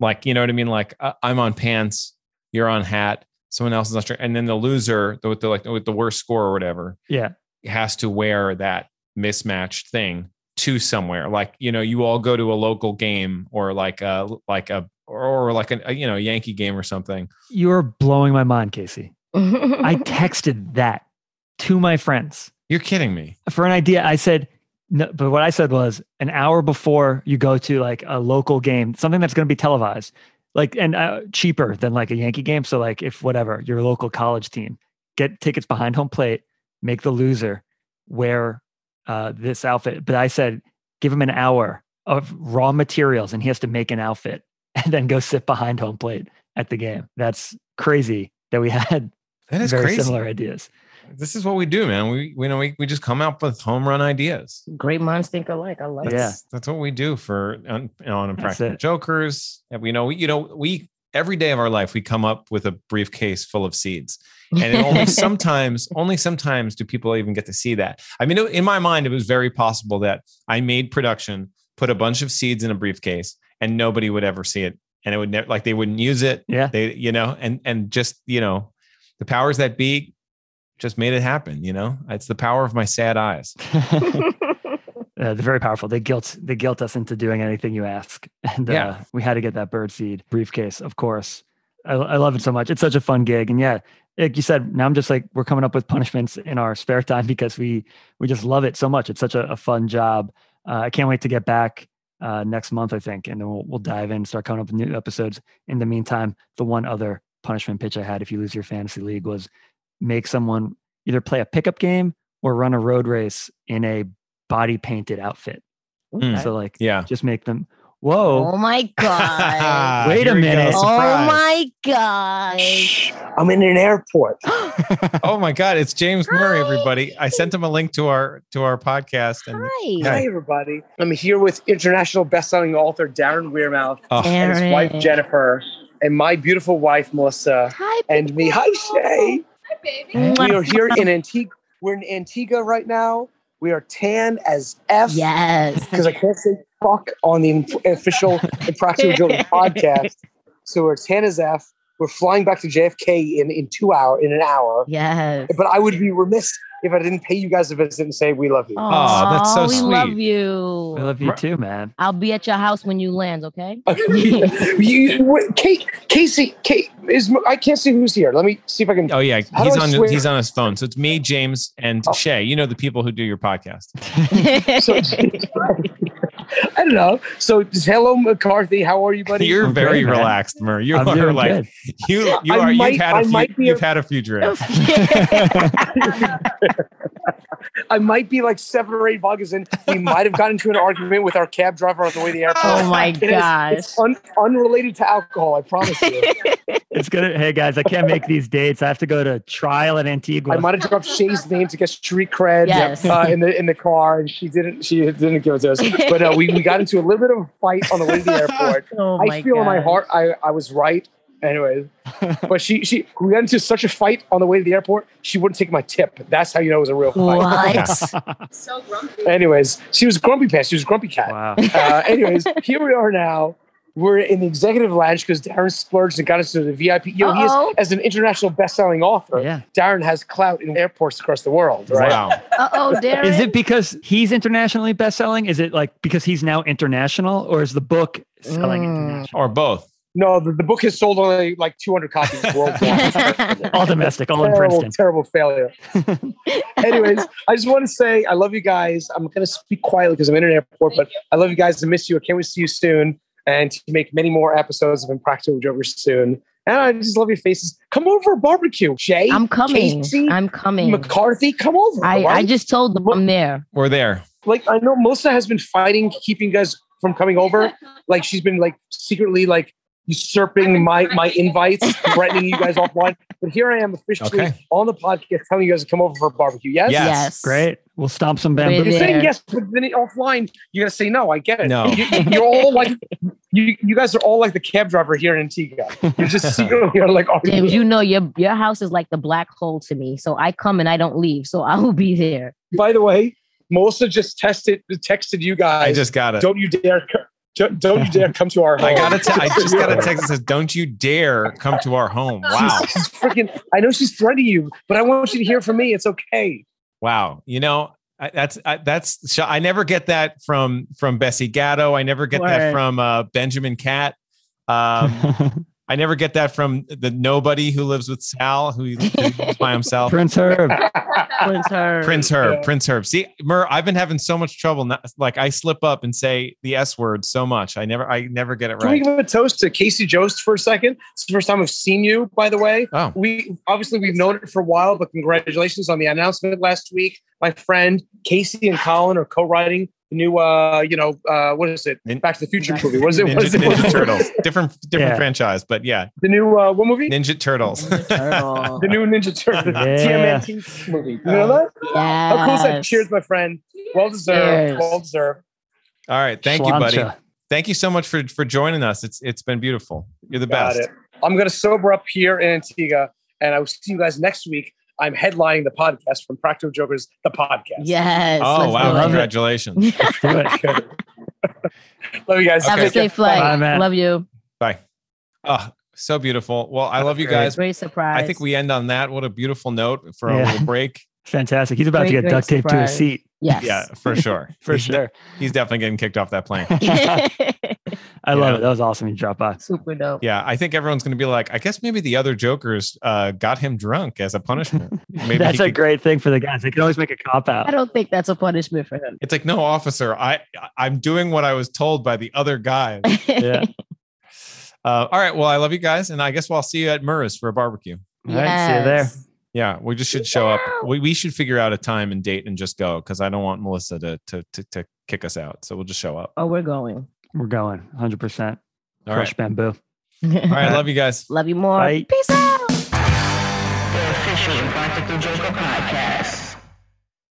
Speaker 3: Like you know what I mean. Like uh, I'm on pants, you're on hat, someone else is on shirt, and then the loser the, with the like with the worst score or whatever
Speaker 4: yeah
Speaker 3: has to wear that mismatched thing to somewhere like you know you all go to a local game or like a like a or like a you know yankee game or something
Speaker 4: you're blowing my mind casey i
Speaker 5: I
Speaker 4: texted that to my friends
Speaker 3: you're kidding me
Speaker 4: for an idea i said No, but what I said was an hour before you go to like a local game, something that's going to be televised, like and uh, cheaper than like a Yankee game. So like if whatever your local college team get tickets behind home plate, make the loser wear uh, this outfit. But I said give him an hour of raw materials and he has to make an outfit and then go sit behind home plate at the game. That's crazy that we had
Speaker 3: That is
Speaker 4: very
Speaker 3: crazy.
Speaker 4: similar ideas.
Speaker 3: This is what we do, man. We we know we, we just come up with home run ideas.
Speaker 5: Great minds think alike. I love
Speaker 3: That's,
Speaker 5: it.
Speaker 4: Yeah.
Speaker 3: that's what we do for on, on impractical
Speaker 4: it.
Speaker 3: jokers. And we know you know we every day of our life we come up with a briefcase full of seeds, and it only sometimes only sometimes do people even get to see that. I mean, in my mind, it was very possible that I made production, put a bunch of seeds in a briefcase, and nobody would ever see it, and it would never like they wouldn't use it.
Speaker 4: Yeah.
Speaker 3: They you know, and and just you know, the powers that be just made it happen. You know, it's the power of my sad eyes.
Speaker 4: uh, they're very powerful. They guilt they guilt us into doing anything you ask, and
Speaker 3: Yeah.
Speaker 4: uh, we had to get that bird seed briefcase. Of course, I, I love it so much. It's such a fun gig, and yeah, like you said, now I'm just like we're coming up with punishments in our spare time because we we just love it so much. It's such a, a fun job. Uh, I can't wait to get back uh, next month, I think, and then we'll we'll dive in, start coming up with new episodes. In the meantime, the one other punishment pitch I had if you lose your fantasy league was make someone either play a pickup game or run a road race in a body painted outfit.
Speaker 3: Mm.
Speaker 4: So like
Speaker 3: Yeah.
Speaker 4: just make them whoa.
Speaker 5: Oh my god.
Speaker 4: Wait a
Speaker 3: Here we go.
Speaker 4: minute.
Speaker 5: oh
Speaker 3: Surprise.
Speaker 5: my god.
Speaker 1: I'm in an airport.
Speaker 3: Oh my God! It's James Murray,
Speaker 5: Hi.
Speaker 3: everybody. I sent him a link to our to our podcast, and
Speaker 5: Hi.
Speaker 3: Yeah.
Speaker 6: Hi, everybody. I'm here with international best-selling author Darren Weirmouth
Speaker 3: oh,
Speaker 6: and his wife Jennifer and my beautiful wife Melissa
Speaker 5: Hi,
Speaker 6: and me. Hi, Shay. We are here in Antigua. We're in Antigua right now. We are tan as F
Speaker 5: Yes.
Speaker 6: because I can't say fuck on the inf- official Impractical Joker podcast. So we're tan as F. We're flying back to JFK in, in two hour in an hour.
Speaker 5: Yes.
Speaker 6: But I would be remiss if I didn't pay you guys a visit and say we love you.
Speaker 3: Aw, Oh, that's so
Speaker 5: Aw, we
Speaker 3: sweet.
Speaker 5: love you.
Speaker 4: I love you too, man.
Speaker 5: I'll be at your house when you land, okay?
Speaker 6: you, you- wait, Kate, Casey, Kate is. I can't see who's here. Let me see if I can.
Speaker 3: oh yeah,
Speaker 6: How do
Speaker 3: he's
Speaker 6: I
Speaker 3: on
Speaker 6: swear?
Speaker 3: he's on his phone. So it's me, James, and
Speaker 6: Oh.
Speaker 3: Shay. You know the people who do your podcast.
Speaker 6: So, I don't know. So just hello, McCarthy. How are you, buddy?
Speaker 3: You're
Speaker 4: I'm
Speaker 3: very
Speaker 4: good, man.
Speaker 3: relaxed, Murray. You
Speaker 4: I'm
Speaker 3: are
Speaker 4: doing
Speaker 3: like
Speaker 4: good.
Speaker 3: you you
Speaker 6: I
Speaker 3: are.
Speaker 6: might-
Speaker 3: you've had
Speaker 6: I
Speaker 3: a few.
Speaker 6: might be a-
Speaker 3: You've had a few drinks.
Speaker 6: I might be like seven or eight vodkas in. We might have gotten into an argument with our cab driver on the way to the airport.
Speaker 5: oh my
Speaker 6: It is-
Speaker 5: gosh.
Speaker 6: It's un- unrelated to alcohol. I promise you.
Speaker 4: It's gonna hey guys, I can't make these dates. I have to go to trial in Antigua.
Speaker 6: I might have dropped Shay's name to get street cred
Speaker 5: Yes.
Speaker 6: uh, in the in the car, and she didn't. She didn't give it to us. But uh, we, we got into a little bit of a fight on the way to the airport.
Speaker 5: oh
Speaker 6: I feel in my
Speaker 5: gosh.
Speaker 6: heart I, I was right. Anyway, but she she we got into such a fight on the way to the airport. She wouldn't take my tip. That's how you know it was a real fight.
Speaker 5: What?
Speaker 6: Anyways, she was a grumpy pants. She was a grumpy cat.
Speaker 4: wow.
Speaker 6: Uh, anyways, here we are now. We're in the executive lounge because Darren splurged and got us to the VIP. You know, he
Speaker 5: Uh-oh.
Speaker 6: is, as an international best-selling author,
Speaker 4: Yeah.
Speaker 6: Darren has clout in airports across the world, right?
Speaker 3: Wow.
Speaker 5: Uh oh, Darren.
Speaker 4: Is it because he's internationally best selling? Is it like because he's now international or is the book selling
Speaker 5: Mm.
Speaker 4: international?
Speaker 3: Or both.
Speaker 6: No, the, the book has sold only like 200 copies worldwide.
Speaker 4: All domestic, all in
Speaker 5: Oh,
Speaker 6: terrible,
Speaker 4: Princeton.
Speaker 6: terrible failure. Anyways, I just want to say I love you guys. I'm gonna speak quietly because I'm in an airport, but I love you guys. I miss you. I can't wait to see you soon and to make many more episodes of Impractical Jokers soon. And I just love your faces. Come over for a barbecue, Jay.
Speaker 5: I'm coming.
Speaker 6: Casey
Speaker 5: I'm coming.
Speaker 6: McCarthy, come over.
Speaker 5: I, I
Speaker 6: right?
Speaker 5: just told them I'm there.
Speaker 3: We're there.
Speaker 6: like I know Melissa has been fighting keeping you guys from coming over. Like she's been like secretly like usurping my my invites, threatening you guys offline. But here I am officially
Speaker 3: Okay.
Speaker 6: on the podcast telling you guys to come over for a barbecue. Yes.
Speaker 3: Yes.
Speaker 4: Great. We'll stomp some
Speaker 5: Really?
Speaker 4: bamboo.
Speaker 6: You're saying
Speaker 5: Yeah.
Speaker 6: yes, but then offline you're gonna say no. I get it.
Speaker 3: No.
Speaker 6: You, are all like you. You guys are all like the cab driver here in Antigua. You're just secretly are like "Oh,
Speaker 5: James, you know your your house is like the black hole to me. So I come and I don't leave. So I will be there.
Speaker 6: By the way, Melissa just tested texted you guys.
Speaker 3: I just got it.
Speaker 6: don't you dare. co- Don't, don't you dare come to our home.
Speaker 3: I got a te- I just got a text that says, "Don't you dare come to our home." Wow.
Speaker 6: She's, she's freaking. I know she's threatening you, but I want you to hear from me. It's okay.
Speaker 3: Wow, you know I, that's I, that's sh- I never get that from from Bessie Gatto. I never get that
Speaker 5: Word.
Speaker 3: from uh, Benjamin Cat. Um, I never get that from the nobody who lives with Sal, who lives by himself.
Speaker 4: Prince Herb.
Speaker 5: Prince Herb.
Speaker 3: Prince Herb,
Speaker 6: Yeah.
Speaker 3: Prince Herb. See, Mer, I've been having so much trouble. Not, like I slip up and say the S word so much. I never, I never get it
Speaker 6: Can we
Speaker 3: right.
Speaker 6: give a toast to Casey Jost for a second? It's the first time I've seen you, by the way.
Speaker 3: Oh.
Speaker 6: We obviously we've known it for a while, but congratulations on the announcement last week. My friend Casey and Colin are co-writing the new, uh, you know, uh, what is it?
Speaker 3: Nin-
Speaker 6: Back to the Future
Speaker 5: Ninja-
Speaker 6: movie. Was it?
Speaker 3: Ninja,
Speaker 6: Was it,
Speaker 3: Ninja
Speaker 6: was it-
Speaker 3: Turtles, different, different
Speaker 4: Yeah.
Speaker 3: franchise, but yeah,
Speaker 6: The new uh, what movie?
Speaker 3: Ninja Turtles.
Speaker 5: Turtle.
Speaker 6: The new Ninja Turtle
Speaker 4: Yeah.
Speaker 6: TMNT movie. You know that?
Speaker 5: Yes.
Speaker 6: How cool is that? Cheers, my friend. Well deserved.
Speaker 5: Cheers.
Speaker 6: Well deserved.
Speaker 3: All right, thank you, buddy.
Speaker 4: Schlancha.
Speaker 3: Thank you so much for for joining us. It's it's been beautiful. You're the
Speaker 6: Got
Speaker 3: best.
Speaker 6: it. I'm gonna sober up here in Antigua, and I will see you guys next week. I'm headlining the podcast from Practical Jokers, the podcast.
Speaker 5: Yes.
Speaker 3: Oh
Speaker 5: let's
Speaker 3: wow!
Speaker 5: do it.
Speaker 3: Congratulations.
Speaker 4: Let's do it.
Speaker 6: Love you guys.
Speaker 5: Have
Speaker 3: Okay.
Speaker 5: a
Speaker 6: Take care.
Speaker 5: safe flight.
Speaker 4: Bye, Matt.
Speaker 5: Love you.
Speaker 3: Oh, so beautiful. Well, I love you guys.
Speaker 5: Great surprise.
Speaker 3: I think we end on that. What a beautiful note for a
Speaker 4: Yeah.
Speaker 3: little break.
Speaker 4: Fantastic. He's about
Speaker 5: Great,
Speaker 4: to get
Speaker 5: great
Speaker 4: duct taped to his
Speaker 5: surprise.
Speaker 4: seat
Speaker 5: Yes.
Speaker 3: Yeah, for sure.
Speaker 4: for
Speaker 3: he's de-
Speaker 4: sure.
Speaker 3: he's definitely getting kicked off that plane.
Speaker 4: I
Speaker 3: Yeah.
Speaker 4: love it. That was awesome. You dropped by.
Speaker 5: Super dope.
Speaker 3: Yeah, I think everyone's going to be like, I guess maybe the other Jokers uh, got him drunk as a punishment. Maybe
Speaker 4: That's
Speaker 3: he
Speaker 4: a
Speaker 3: could-
Speaker 4: great thing for the guys. They can always make a cop
Speaker 5: I
Speaker 4: out.
Speaker 5: don't think that's a punishment for him.
Speaker 3: It's like, no, officer, I I'm doing what I was told by the other guys.
Speaker 4: Yeah.
Speaker 3: Uh, all right, well, I love you guys, and I guess we'll see you at Murray's for a barbecue.
Speaker 4: All right. See you there.
Speaker 5: Yes.
Speaker 3: Yeah, we just should show up. We, we should figure out a time and date and just go because I don't want Melissa to, to to to kick us out. So we'll just show up.
Speaker 5: Oh, we're going.
Speaker 4: We're going 100%.
Speaker 3: All
Speaker 4: Crush
Speaker 3: right,
Speaker 4: bamboo.
Speaker 3: all right, love you guys.
Speaker 5: Love you more.
Speaker 4: Bye.
Speaker 5: Peace out.
Speaker 1: The official Practical Joker podcast.